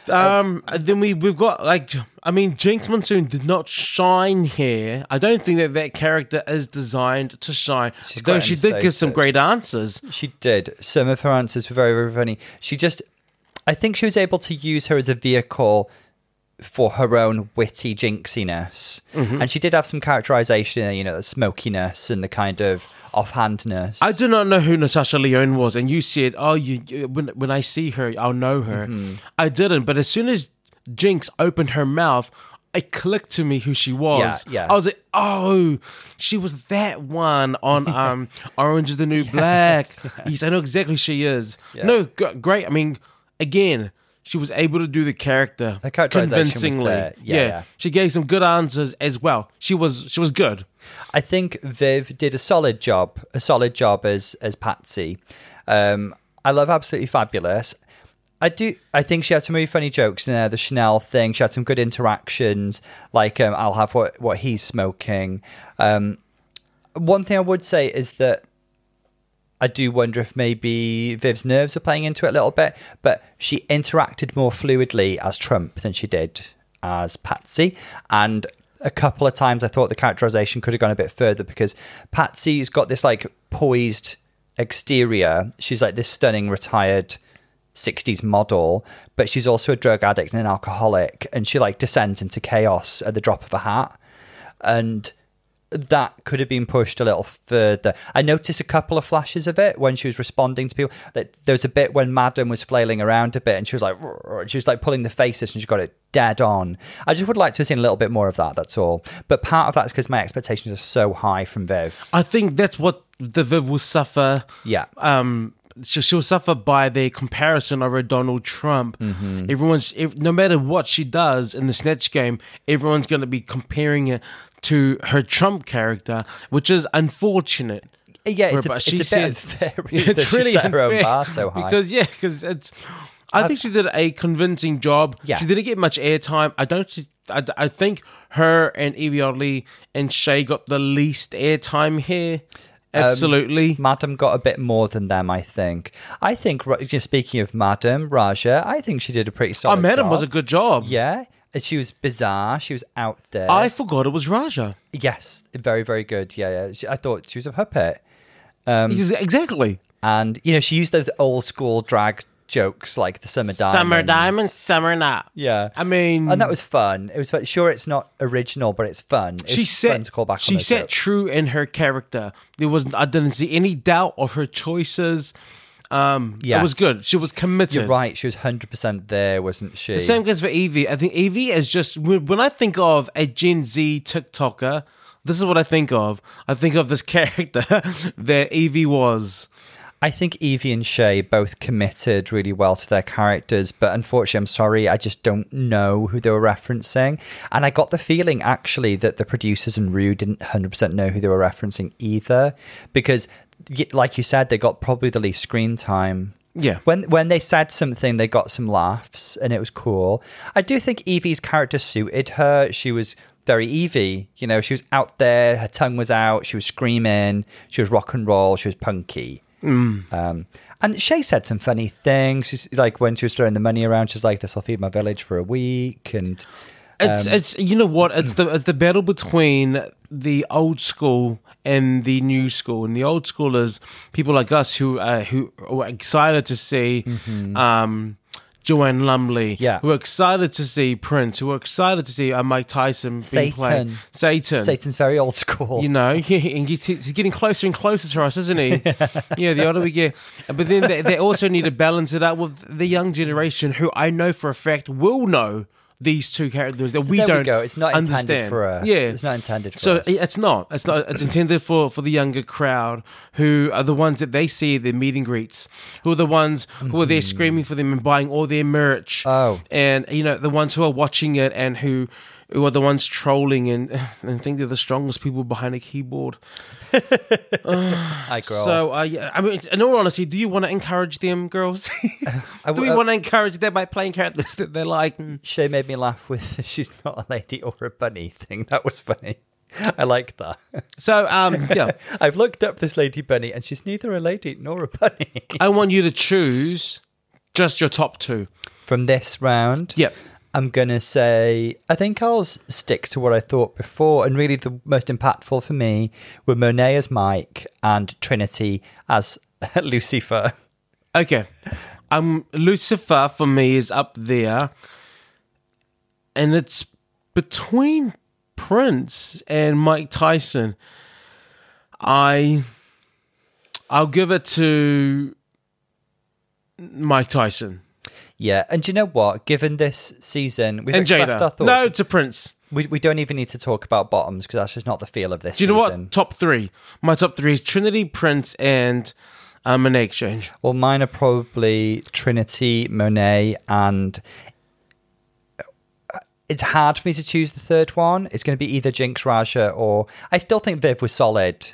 Speaker 1: Um, then we we've got like I mean Jinx Monsoon did not shine here. I don't think that that character is designed to shine.
Speaker 2: She's
Speaker 1: though
Speaker 2: quite
Speaker 1: she did give some
Speaker 2: understated.
Speaker 1: great answers.
Speaker 2: She did. Some of her answers were very, very funny. She just, I think she was able to use her as a vehicle for her own witty jinxiness. And she did have some characterization, in there, you know, the smokiness and the kind of offhandness.
Speaker 1: I do not know who Natasha Leone was, and you said, "Oh, you, you when when I see her, I'll know her."
Speaker 2: Mm-hmm.
Speaker 1: I didn't, but as soon as Jinx opened her mouth, it clicked to me who she was.
Speaker 2: yeah.
Speaker 1: I was like, "Oh, she was that one
Speaker 2: [LAUGHS]
Speaker 1: on um Orange is the New Black." Yes, I know exactly who she is. No, g- great. I mean, again. She was able to do the character
Speaker 2: Her characterization was there. Yeah, yeah.
Speaker 1: she gave some good answers as well. She was she was good.
Speaker 2: I think Viv did a solid job, a solid job as as Patsy. Um, I love absolutely fabulous. I do. I think she had some really funny jokes in there. The Chanel thing. She had some good interactions. Like um, I'll have what what he's smoking. Um, one thing I would say is that I do wonder if maybe Viv's nerves were playing into it a little bit, but she interacted more fluidly as Trump than she did as Patsy. And a couple of times I thought the characterization could have gone a bit further because Patsy's got this like poised exterior. She's like this stunning retired 60s model, but she's also a drug addict and an alcoholic, and she like descends into chaos at the drop of a hat. And that could have been pushed a little further. I noticed a couple of flashes of it when she was responding to people. That there was a bit when Madam was flailing around a bit, and she was like, "Rrr," she was like pulling the faces, and she got it dead on. I just would like to have seen a little bit more of that. That's all. But part of that's because my expectations are so high from Viv.
Speaker 1: I think that's what the Viv will suffer.
Speaker 2: Yeah.
Speaker 1: um, she, she'll suffer by the comparison of her Donald Trump.
Speaker 2: Mm-hmm.
Speaker 1: Everyone's, if, no matter what she does in the snatch game, everyone's going to be comparing it to her Trump character, which is unfortunate.
Speaker 2: Yeah,
Speaker 1: for her,
Speaker 2: it's a,
Speaker 1: but
Speaker 2: it's
Speaker 1: she
Speaker 2: a bit
Speaker 1: said- [LAUGHS]
Speaker 2: unfair.
Speaker 1: Yeah,
Speaker 2: [LAUGHS] that she set her own
Speaker 1: unfair,
Speaker 2: bar so high.
Speaker 1: because yeah, because it's. I think she did a convincing job.
Speaker 2: Yeah.
Speaker 1: She didn't get much airtime. I don't. I, I think her and Evie Oddly and Shay got the least airtime here.
Speaker 2: Um,
Speaker 1: Absolutely.
Speaker 2: Madam got a bit more than them, I think. I think, Ra- just speaking of Madam, Raja, I think she did a pretty
Speaker 1: I
Speaker 2: solid
Speaker 1: met him
Speaker 2: job.
Speaker 1: was a good job.
Speaker 2: Yeah. And She was bizarre. She was out there.
Speaker 1: I forgot it was Raja.
Speaker 2: yes, very, very good. Yeah, yeah. She, I thought she was a puppet. Um,
Speaker 1: Ex- exactly.
Speaker 2: And, you know, she used those old school drag jokes like the Summer Diamond.
Speaker 1: Summer diamond, summer not.
Speaker 2: Yeah.
Speaker 1: I mean,
Speaker 2: and that was fun. It was fun. Sure, it's not original, but it's fun. It's
Speaker 1: she
Speaker 2: fun
Speaker 1: set.
Speaker 2: to call back on
Speaker 1: She
Speaker 2: those
Speaker 1: set
Speaker 2: jokes.
Speaker 1: true in her character. There was I didn't see any doubt of her choices. Um, it was
Speaker 2: Yes.
Speaker 1: good. She was committed.
Speaker 2: You're right. She was 100% there, wasn't she?
Speaker 1: The same goes for Evie. I think Evie is just when when I think of a Gen Z [LAUGHS] TikToker, this is what I think of. I think of this character that Evie was.
Speaker 2: I think Evie and Shay both committed really well to their characters, but unfortunately, I'm sorry, I just don't know who they were referencing. And I got the feeling actually that the producers and Rue didn't 100% know who they were referencing either, because, y- like you said, they got probably the least screen time.
Speaker 1: Yeah.
Speaker 2: When when they said something, they got some laughs, and it was cool. I do think Evie's character suited her. She was very Evie, you know. She was out there, her tongue was out, she was screaming, she was rock and roll, she was punky.
Speaker 1: Mm.
Speaker 2: Um, and Shay said some funny things. She's like when she was throwing the money around, she's like, "This will feed my village for a week." And
Speaker 1: It's
Speaker 2: Um,
Speaker 1: it's you know what it's the it's the battle between the old school and the new school, and the old school is people like us who uh, who are excited to see. Um, Joanne Lumley,
Speaker 2: Mm-hmm. Yeah.
Speaker 1: who are excited to see Prince, who are excited to see uh, Mike Tyson being played.
Speaker 2: Satan.
Speaker 1: Satan.
Speaker 2: Satan's very old school. [LAUGHS]
Speaker 1: You know, and he's he's getting closer and closer to us, isn't he? yeah, the older we get. But then they, they also need to balance it out with the young generation, who I know for a fact will know these two characters that we
Speaker 2: there
Speaker 1: don't
Speaker 2: we go. It's not intended
Speaker 1: understand.
Speaker 2: for us.
Speaker 1: Yeah,
Speaker 2: It's not intended for
Speaker 1: so
Speaker 2: us.
Speaker 1: it's not. It's
Speaker 2: [COUGHS]
Speaker 1: not. It's intended for for the younger crowd who are the ones that they see at their meet and greets, who are the ones who are there screaming for them and buying all their merch.
Speaker 2: Mm-hmm. Oh.
Speaker 1: and you know the ones who are watching it and who. Who are the ones trolling and, [LAUGHS] and think they're the strongest people behind a keyboard?
Speaker 2: I girl.
Speaker 1: So, uh, yeah, I mean, it's- in all honesty, do you want to encourage them, girls? [LAUGHS]
Speaker 2: I,
Speaker 1: do we
Speaker 2: uh,
Speaker 1: want to encourage them by playing characters that they're like? mm,
Speaker 2: Shay made me laugh with [LAUGHS] "She's not a lady or a bunny" thing. That was funny. I like that. [LAUGHS]
Speaker 1: So, um, yeah.
Speaker 2: I've looked up this lady bunny, and she's neither a lady nor a bunny. [LAUGHS]
Speaker 1: I want you to choose just your top two.
Speaker 2: From this round,
Speaker 1: Yep.
Speaker 2: I'm gonna say I think I'll s- stick to what I thought before, and really the most impactful for me were Monet as Mike and Trinity as [LAUGHS] Lucifer.
Speaker 1: Okay. Um, Lucifer for me is up there, and it's between Prince and Mike Tyson. I, I'll give it to Mike Tyson
Speaker 2: Yeah, and do you know what? Given this season, we've
Speaker 1: and
Speaker 2: expressed our
Speaker 1: Jada.
Speaker 2: thoughts.
Speaker 1: No, to Prince.
Speaker 2: we, we don't even need to talk about bottoms because that's just not the feel of this.
Speaker 1: Do you know
Speaker 2: season.
Speaker 1: what? Top three. My top three is Trinity, Prince, and um, an exchange.
Speaker 2: Well, mine are probably Trinity, Monet, and uh, it's hard for me to choose the third one. It's going to be either Jinx Raja or I still think Viv was solid.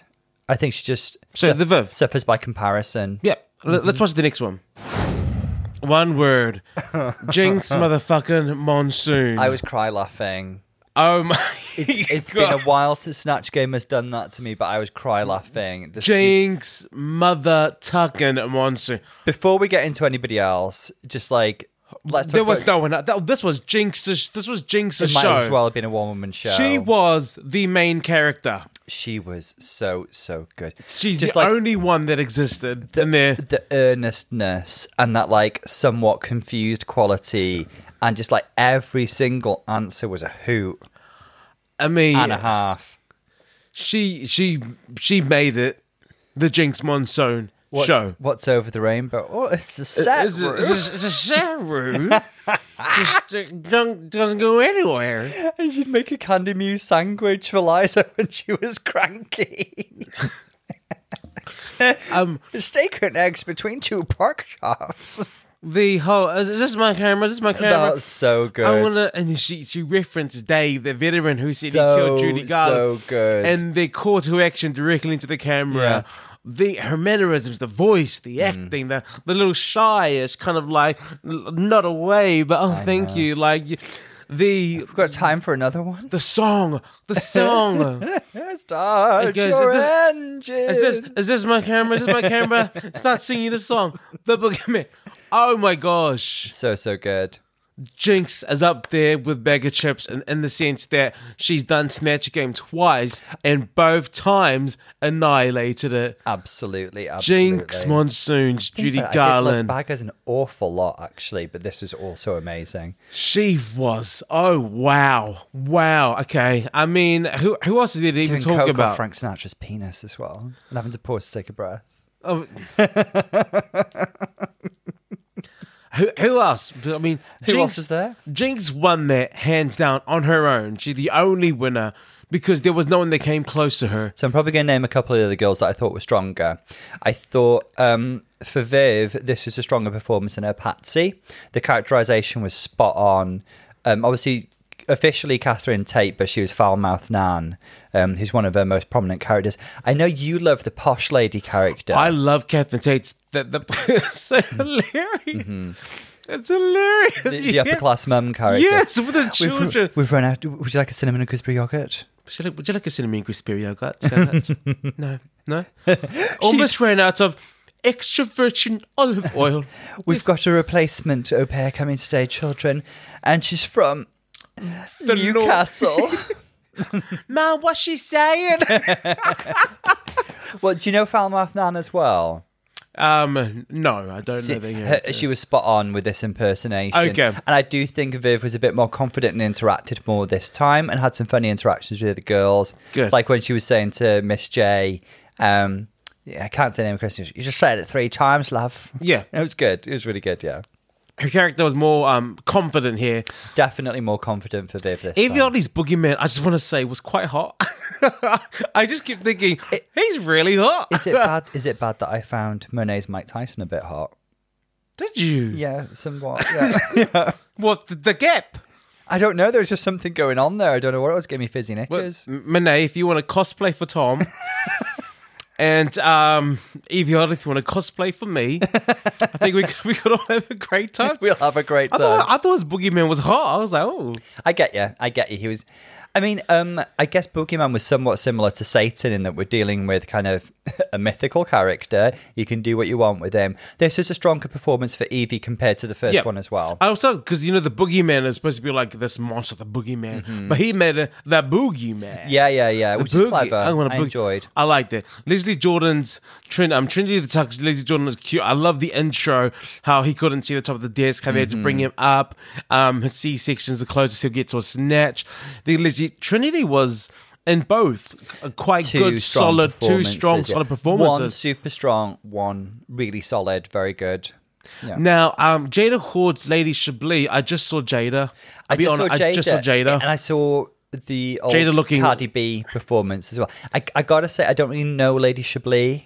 Speaker 2: I think she just
Speaker 1: So the Viv.
Speaker 2: suffers by comparison.
Speaker 1: Yeah. L-
Speaker 2: Mm-hmm.
Speaker 1: Let's watch the next one. One
Speaker 2: [LAUGHS]
Speaker 1: word. Jinx motherfucking monsoon.
Speaker 2: I was cry laughing.
Speaker 1: Oh my [LAUGHS]
Speaker 2: It's
Speaker 1: God.
Speaker 2: been a while since Snatch Game has done that to me, but I was cry laughing. The-
Speaker 1: Jinx mother tucking monsoon.
Speaker 2: Before we get into anybody else, just like let's.
Speaker 1: There
Speaker 2: talk
Speaker 1: was
Speaker 2: about-
Speaker 1: no one. That, this was Jinx's. This was Jinx's
Speaker 2: It might as
Speaker 1: show.
Speaker 2: well have been a one woman show.
Speaker 1: She was the main character.
Speaker 2: she was so so good.
Speaker 1: She's
Speaker 2: just
Speaker 1: the
Speaker 2: like
Speaker 1: only one that existed in there.
Speaker 2: the earnestness and that like somewhat confused quality and just like every single answer was a hoot
Speaker 1: I mean,
Speaker 2: and a half
Speaker 1: she she she made it. The Jinx monsoon
Speaker 2: what's,
Speaker 1: show.
Speaker 2: what's over the rainbow oh it's the set
Speaker 1: It's a,
Speaker 2: room.
Speaker 1: it's
Speaker 2: [LAUGHS]
Speaker 1: a, it's a sad room. Just uh, don't, doesn't go anywhere.
Speaker 2: and she'd make a candy muse sandwich for liza [LAUGHS] when she was cranky
Speaker 1: [LAUGHS] Um,
Speaker 2: steak and eggs between two pork chops
Speaker 1: the whole is this my camera? Is this my camera?
Speaker 2: that's so good
Speaker 1: I wanna, and she she references Dave, the veteran who said he
Speaker 2: so,
Speaker 1: killed Judy Garland,
Speaker 2: so good
Speaker 1: and the call to action directly into the camera. The her mannerisms, the voice, the
Speaker 2: Mm.
Speaker 1: acting, the the little shy is kind of like l- not away, but oh, thank you. Like y- the
Speaker 2: we've got time for another one
Speaker 1: the song, the
Speaker 2: [LAUGHS]
Speaker 1: song. guys,
Speaker 2: Start your
Speaker 1: is this-
Speaker 2: engine.
Speaker 1: Is this is this my camera? Is this my camera? It's not singing the song. The [LAUGHS] boogeyman. Oh my gosh.
Speaker 2: so so good
Speaker 1: Jinx is up there with Bag of Chips in, in the sense that she's done Snatch Game twice and both times annihilated it.
Speaker 2: Absolutely, absolutely.
Speaker 1: Jinx, Monsoons, Judy
Speaker 2: I did love
Speaker 1: Garland.
Speaker 2: Baggers an awful lot, actually, but this is also amazing.
Speaker 1: She was. Oh wow. Wow. Okay. I mean, who who else is there to even
Speaker 2: Doing
Speaker 1: talk
Speaker 2: coke
Speaker 1: about?
Speaker 2: on Frank Sinatra's penis as well, and having to pause to take a breath.
Speaker 1: Oh. [LAUGHS] who, who else? I mean,
Speaker 2: Who
Speaker 1: Jinx,
Speaker 2: else is there?
Speaker 1: Jinx won that hands down on her own. She's the only winner because there was no one that came close to her.
Speaker 2: So I'm probably going to name a couple of the other girls that I thought were stronger. I thought um, for Viv, this was a stronger performance than her Patsy. The characterization was spot on. Um, obviously, officially Catherine Tate, but she was foul mouthed Nan, um, who's one of her most prominent characters. I know you love the posh lady character.
Speaker 1: I love Catherine Tate's. That [LAUGHS] the it's so
Speaker 2: Mm-hmm.
Speaker 1: hilarious. It's hilarious.
Speaker 2: the, the upper class mum character.
Speaker 1: Yes, with the
Speaker 2: We've,
Speaker 1: children.
Speaker 2: we've run out. Would you like a cinnamon and gooseberry yogurt?
Speaker 1: Should I- would you like a cinnamon crispy yogurt? Yogurt?
Speaker 2: [LAUGHS]
Speaker 1: no, no. Almost ran out of extra virgin
Speaker 2: [LAUGHS]
Speaker 1: olive oil.
Speaker 2: We've got a replacement au pair coming today, children, and she's from
Speaker 1: The Lord- [LAUGHS]
Speaker 2: Newcastle.
Speaker 1: Man, what's she
Speaker 2: [LAUGHS]
Speaker 1: saying?
Speaker 2: well, do you know Falmouth Nan as well?
Speaker 1: um, no, I don't know the
Speaker 2: Her- she was spot on with this impersonation.
Speaker 1: Okay.
Speaker 2: And I do think Viv was a bit more confident and interacted more this time and had some funny interactions with the girls.
Speaker 1: Good.
Speaker 2: Like when she was saying to Miss J, um, yeah, I can't say the name of Christian. You just said it three times, love.
Speaker 1: Yeah.
Speaker 2: It was good. It was really good, yeah.
Speaker 1: Her character was more um, confident here.
Speaker 2: Definitely more confident for Viv this
Speaker 1: Evie
Speaker 2: time.
Speaker 1: Oddly's boogeyman, I just want to say, was quite hot. [LAUGHS] I just keep thinking, he's really hot.
Speaker 2: Is it bad? Is it bad that I found Monet's Mike Tyson a bit hot?
Speaker 1: Did you?
Speaker 2: Yeah, somewhat. Yeah.
Speaker 1: What, the, the gap?
Speaker 2: [LAUGHS] I don't know. There was just something going on there. I don't know what it was. Give me fizzy knickers.
Speaker 1: M- Monet, if you want to cosplay for
Speaker 2: [LAUGHS]
Speaker 1: Tom, and um, Evie Oddly, if you want to cosplay for me, I think we could, we could all have a
Speaker 2: [LAUGHS]
Speaker 1: great time.
Speaker 2: We'll have a great
Speaker 1: I
Speaker 2: time.
Speaker 1: thought, I thought his boogeyman was hot. I was like, oh.
Speaker 2: I get you. I get you. He was. I mean, um, I guess Boogeyman was somewhat similar to Satan in that we're dealing with kind of [LAUGHS] a mythical character. You can do what you want with him. This is a stronger performance for Evie compared to the first
Speaker 1: Yeah.
Speaker 2: one as well.
Speaker 1: I also, because you know, the boogeyman is supposed to be like this monster, the boogeyman,
Speaker 2: Mm-hmm.
Speaker 1: but he made it the boogeyman.
Speaker 2: yeah, yeah, yeah. Which is
Speaker 1: Boogie-
Speaker 2: clever. I,
Speaker 1: wanna boogie-
Speaker 2: enjoyed.
Speaker 1: I liked it. Leslie Jordan's Trin, um, Trinity the Tucks. Leslie Jordan was cute. I love the intro. How he couldn't see the top of the desk. How they had to
Speaker 2: Mm-hmm.
Speaker 1: bring him up. Um, his C section's the closest he'll get to a snatch. The Leslie Trinity was in both a quite
Speaker 2: Two
Speaker 1: good,
Speaker 2: strong
Speaker 1: solid, two
Speaker 2: performances,
Speaker 1: strong,
Speaker 2: yeah.
Speaker 1: solid
Speaker 2: One
Speaker 1: performances.
Speaker 2: super strong, one really solid, very good. Yeah.
Speaker 1: Now, um, Jada Hord's Lady Chablis. I just saw Jada. I'll be honest, I just saw Jada.
Speaker 2: and I saw the old
Speaker 1: Jada looking-
Speaker 2: Cardi B performance as well. I, I gotta say, I don't really know Lady Chablis.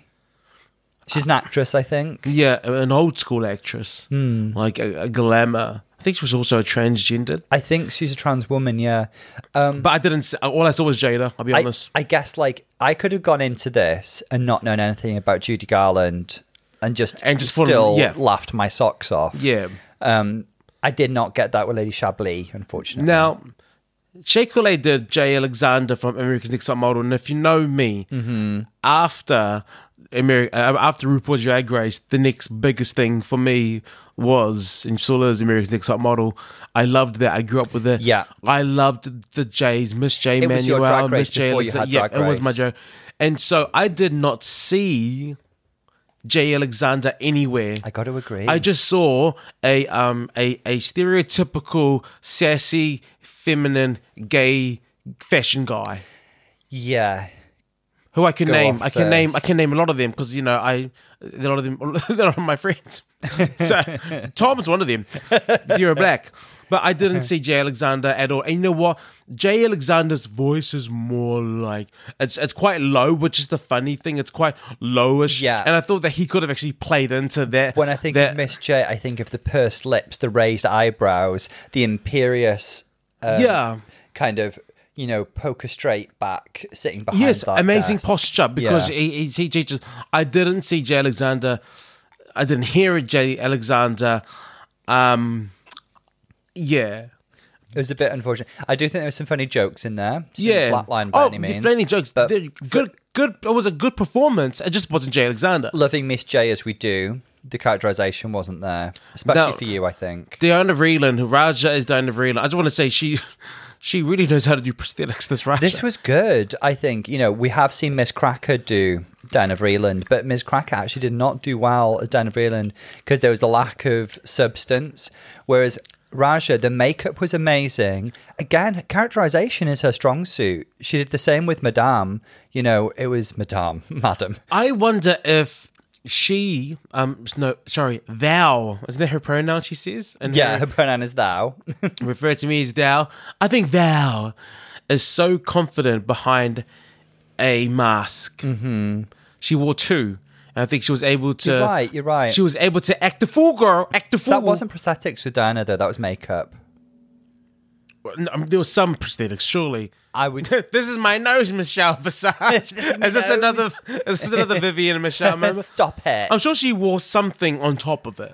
Speaker 2: She's an actress, I Hmm. think.
Speaker 1: Yeah, an old school actress, like a, a glamour. I think she was also transgendered.
Speaker 2: I think she's a trans woman. Yeah, um,
Speaker 1: But I didn't. See, all I saw was Jada. I'll be
Speaker 2: I,
Speaker 1: honest.
Speaker 2: I guess like I could have gone into this and not known anything about Judy Garland, and just
Speaker 1: And just
Speaker 2: still
Speaker 1: fallen- yeah.
Speaker 2: laughed my socks off.
Speaker 1: yeah.
Speaker 2: Um, I did not get that with Lady Chablis, unfortunately.
Speaker 1: Now, Shakule did Jay Alexander from America's Next Top Model, and if you know me,
Speaker 2: Mm-hmm.
Speaker 1: after America, after RuPaul's Drag Race, the next biggest thing for me was and still is America's Next Top Model. I loved that. I grew up with it.
Speaker 2: Yeah.
Speaker 1: I loved the Jays, Miss J
Speaker 2: It was your
Speaker 1: Manuel,
Speaker 2: Drag
Speaker 1: Miss
Speaker 2: Race
Speaker 1: J
Speaker 2: before you
Speaker 1: Alexander.
Speaker 2: had
Speaker 1: Yeah,
Speaker 2: Drag
Speaker 1: it was my
Speaker 2: Race.
Speaker 1: Joe. And so I did not see Jay Alexander anywhere.
Speaker 2: I got to agree.
Speaker 1: I just saw a um a, a stereotypical sassy feminine gay fashion guy
Speaker 2: yeah,
Speaker 1: who I can
Speaker 2: Go
Speaker 1: name.
Speaker 2: off,
Speaker 1: I can name. I
Speaker 2: sis.
Speaker 1: can name a lot of them because you know I a lot of them [LAUGHS] they're all my friends. [LAUGHS] so Tom's one of them. You're a black. But I
Speaker 2: [LAUGHS]
Speaker 1: didn't see Jay Alexander at all. And you know what? Jay Alexander's voice is more like it's it's quite low, which is the funny thing. It's quite lowish.
Speaker 2: Yeah.
Speaker 1: And I thought that he could have actually played into that.
Speaker 2: When I think
Speaker 1: that,
Speaker 2: of Miss J, I think of the pursed lips, the raised eyebrows, the imperious um,
Speaker 1: Yeah.
Speaker 2: kind of, you know, poker straight back, sitting behind
Speaker 1: Yes,
Speaker 2: that
Speaker 1: amazing
Speaker 2: desk.
Speaker 1: posture because
Speaker 2: Yeah.
Speaker 1: he, he, he teaches. I didn't see Jay Alexander. I didn't hear a Jay Alexander. Um, yeah,
Speaker 2: It was a bit unfortunate. I do think there were some funny jokes in there. She
Speaker 1: yeah.
Speaker 2: didn't Flatline by
Speaker 1: oh,
Speaker 2: any means.
Speaker 1: Flanny jokes.
Speaker 2: but
Speaker 1: They're good, good. It was a good performance. It just wasn't Jay Alexander.
Speaker 2: Loving Miss J as we do, the characterization wasn't there, especially
Speaker 1: No.
Speaker 2: for you, I think.
Speaker 1: Diana Vreeland, who Raja is Diana Vreeland. I just want to say she, [LAUGHS] she really knows how to do prosthetics. This Raja.
Speaker 2: This was good, I think. You know, we have seen Miss Cracker do Dana Vreeland, but Miss Cracker actually did not do well as Dana Vreeland because there was a lack of substance. Whereas Raja, the makeup was amazing. Again, characterization is her strong suit. She did the same with Madame. You know, it was Madame, [LAUGHS] Madame.
Speaker 1: I wonder if she, um, no, sorry, thou. Isn't that her pronoun?
Speaker 2: [LAUGHS]
Speaker 1: She says. And
Speaker 2: Yeah, her pronoun is thou.
Speaker 1: refer to me as thou. I think thou is so confident behind a mask. Mm-hmm. She wore two, and I think she was able to.
Speaker 2: You're right, you're right.
Speaker 1: She was able to act the fool, girl. Act the fool.
Speaker 2: That wasn't prosthetics with Diana though. That was makeup.
Speaker 1: No, um, There was some prosthetics, surely. [LAUGHS]
Speaker 2: I would.
Speaker 1: this is my nose,
Speaker 2: [LAUGHS]
Speaker 1: Michelle Visage. is
Speaker 2: my
Speaker 1: this another? Is this
Speaker 2: [LAUGHS]
Speaker 1: another Vivian and Michelle? moment?
Speaker 2: [LAUGHS] Stop it.
Speaker 1: I'm sure she wore something on top of it.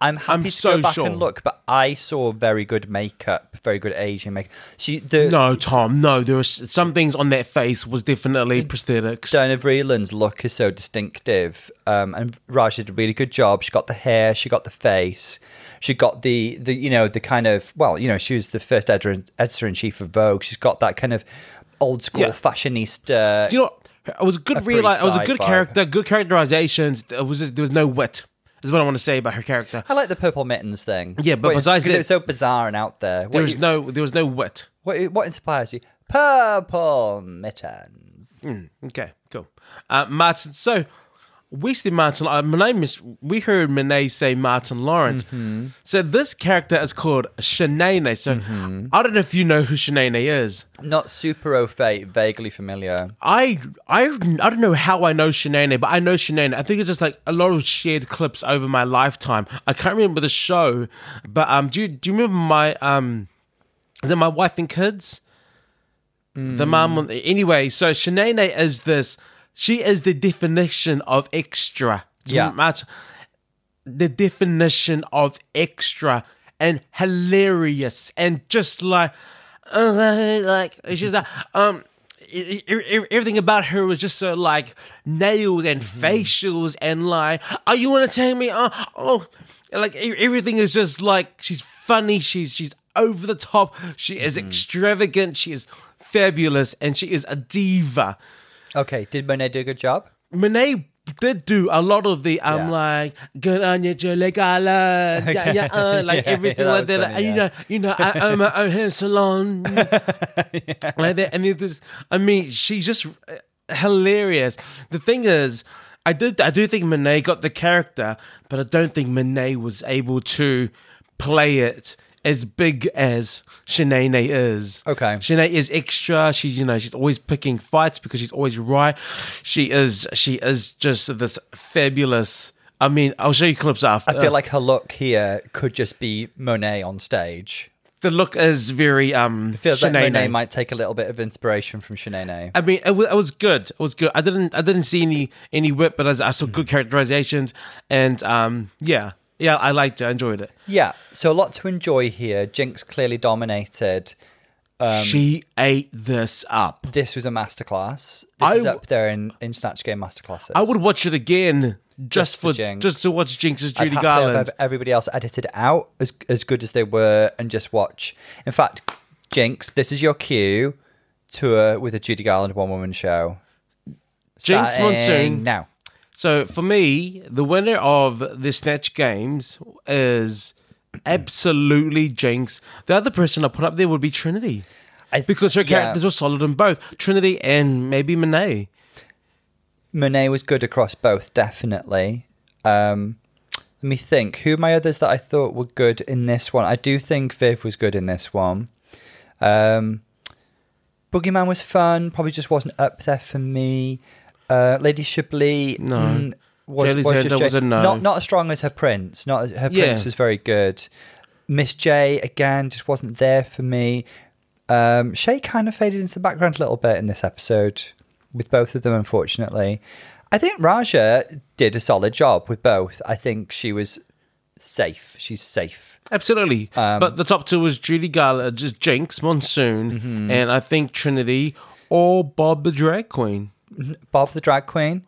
Speaker 2: I'm happy
Speaker 1: I'm
Speaker 2: to
Speaker 1: so
Speaker 2: go back
Speaker 1: sure.
Speaker 2: and look, but I saw very good makeup, very good Asian makeup. She the
Speaker 1: No, Tom. No, there was some things on that face was
Speaker 2: Mm.
Speaker 1: definitely prosthetics.
Speaker 2: Diana Vreeland's look is so distinctive, um, and Raj did a really good job. She got the hair, she got the face, she got the the you know the kind of well you know she was the first editor editor in chief of Vogue. She's got that kind of old school
Speaker 1: Yeah.
Speaker 2: fashionista.
Speaker 1: Do you know? what? It was a good
Speaker 2: pretty
Speaker 1: realize. It was a
Speaker 2: side
Speaker 1: good
Speaker 2: vibe.
Speaker 1: character. Good characterizations. It was just, there was no wit. Is what I want to say about her character.
Speaker 2: I like the purple mittens thing.
Speaker 1: Yeah, but
Speaker 2: What-
Speaker 1: besides
Speaker 2: because
Speaker 1: it-
Speaker 2: it was so bizarre and out there.
Speaker 1: There
Speaker 2: What,
Speaker 1: was
Speaker 2: you-
Speaker 1: no. There was no wit.
Speaker 2: what, what inspires you? Purple mittens.
Speaker 1: Okay, cool. Uh, Martin, so we see Martin. Uh, my name is. We heard Monet say Martin Lawrence.
Speaker 2: Mm-hmm.
Speaker 1: So this character is called Shanae. So
Speaker 2: Mm-hmm.
Speaker 1: I don't know if you know who Shanae is.
Speaker 2: Not super au fait, vaguely familiar.
Speaker 1: I I I don't know how I know Shanae, but I know Shanae. I think it's just like a lot of shared clips over my lifetime. I can't remember the show, but um, do you do you remember my um, is it my wife and kids? The mum. on- Anyway, so Shanae is this. She is the definition of extra. to
Speaker 2: Yeah.
Speaker 1: Matt- the definition of extra and hilarious and just like uh, like she's like um e- e- e- everything about her was just so like nails and facials and like oh you want to take me uh, oh and, like e- everything is just like she's funny she's she's over the top she is extravagant she is fabulous and she is a diva
Speaker 2: Okay, did Monet do a good job?
Speaker 1: Monet did do a lot of the I'm
Speaker 2: Yeah.
Speaker 1: like good on you, Julie
Speaker 2: [LAUGHS]
Speaker 1: Garland, yeah, yeah, uh, like
Speaker 2: Yeah,
Speaker 1: everything like
Speaker 2: yeah, that was
Speaker 1: that.
Speaker 2: funny,
Speaker 1: like, You
Speaker 2: yeah.
Speaker 1: know, you know, I own my own hair
Speaker 2: [LAUGHS]
Speaker 1: salon, like that. And this, I mean, she's just uh, hilarious. The thing is, I did, I do think Monet got the character, but I don't think Monet was able to play it. As big as Shanae is,
Speaker 2: Okay.
Speaker 1: Shanae is extra. She's you know she's always picking fights because she's always right. She is she is just this fabulous. I mean, I'll show you clips after.
Speaker 2: I feel like her look here could just be Monet on stage.
Speaker 1: the look is very um.
Speaker 2: Feels like Monet
Speaker 1: Shanae.
Speaker 2: might take a little bit of inspiration from Shanae.
Speaker 1: I mean, it was, it was good. It was good. I didn't I didn't see any any whip, but I, I saw good characterizations and um yeah yeah I liked it. I enjoyed it.
Speaker 2: Yeah, so a lot to enjoy here. Jinx clearly dominated. Um,
Speaker 1: she ate this up.
Speaker 2: This was a masterclass. This
Speaker 1: I
Speaker 2: is
Speaker 1: w-
Speaker 2: up there in, in Snatch Game masterclasses.
Speaker 1: I would watch it again just,
Speaker 2: Just
Speaker 1: for
Speaker 2: for Jinx.
Speaker 1: just to watch Jinx's
Speaker 2: I'd
Speaker 1: Judy
Speaker 2: happily have
Speaker 1: Garland.
Speaker 2: ev- everybody else edited out as as good as they were, and just watch. In fact, Jinx, this is your cue tour with a Judy Garland one woman show.
Speaker 1: Jinx
Speaker 2: Starting
Speaker 1: Monsoon.
Speaker 2: now.
Speaker 1: So for me, the winner of the Snatch Games is absolutely Jinx. The other person I put up there would be Trinity
Speaker 2: I th-
Speaker 1: because her
Speaker 2: yeah.
Speaker 1: characters were solid in both Trinity and maybe Monet.
Speaker 2: Monet was good across both, definitely. Um, let me think. Who are my others that I thought were good in this one? I do think Viv was good in this one. Um, Boogeyman was fun, probably just wasn't up there for me. Uh, Lady Chablis.
Speaker 1: No.
Speaker 2: mm, was,
Speaker 1: Jelly
Speaker 2: was just
Speaker 1: Zenda was
Speaker 2: Jay-
Speaker 1: a no.
Speaker 2: Not, not as strong as her prince. Not Her
Speaker 1: Yeah.
Speaker 2: prince was very good. Miss J, again, just wasn't there for me. Um, Shay kind of faded into the background a little bit in this episode with both of them, unfortunately. I think Raja did a solid job with both. I think she was safe. She's safe.
Speaker 1: Absolutely, but the top two was Judy Garland, uh, just Jinx, Monsoon, and I think Trinity or Bob the Drag Queen.
Speaker 2: Bob the drag queen.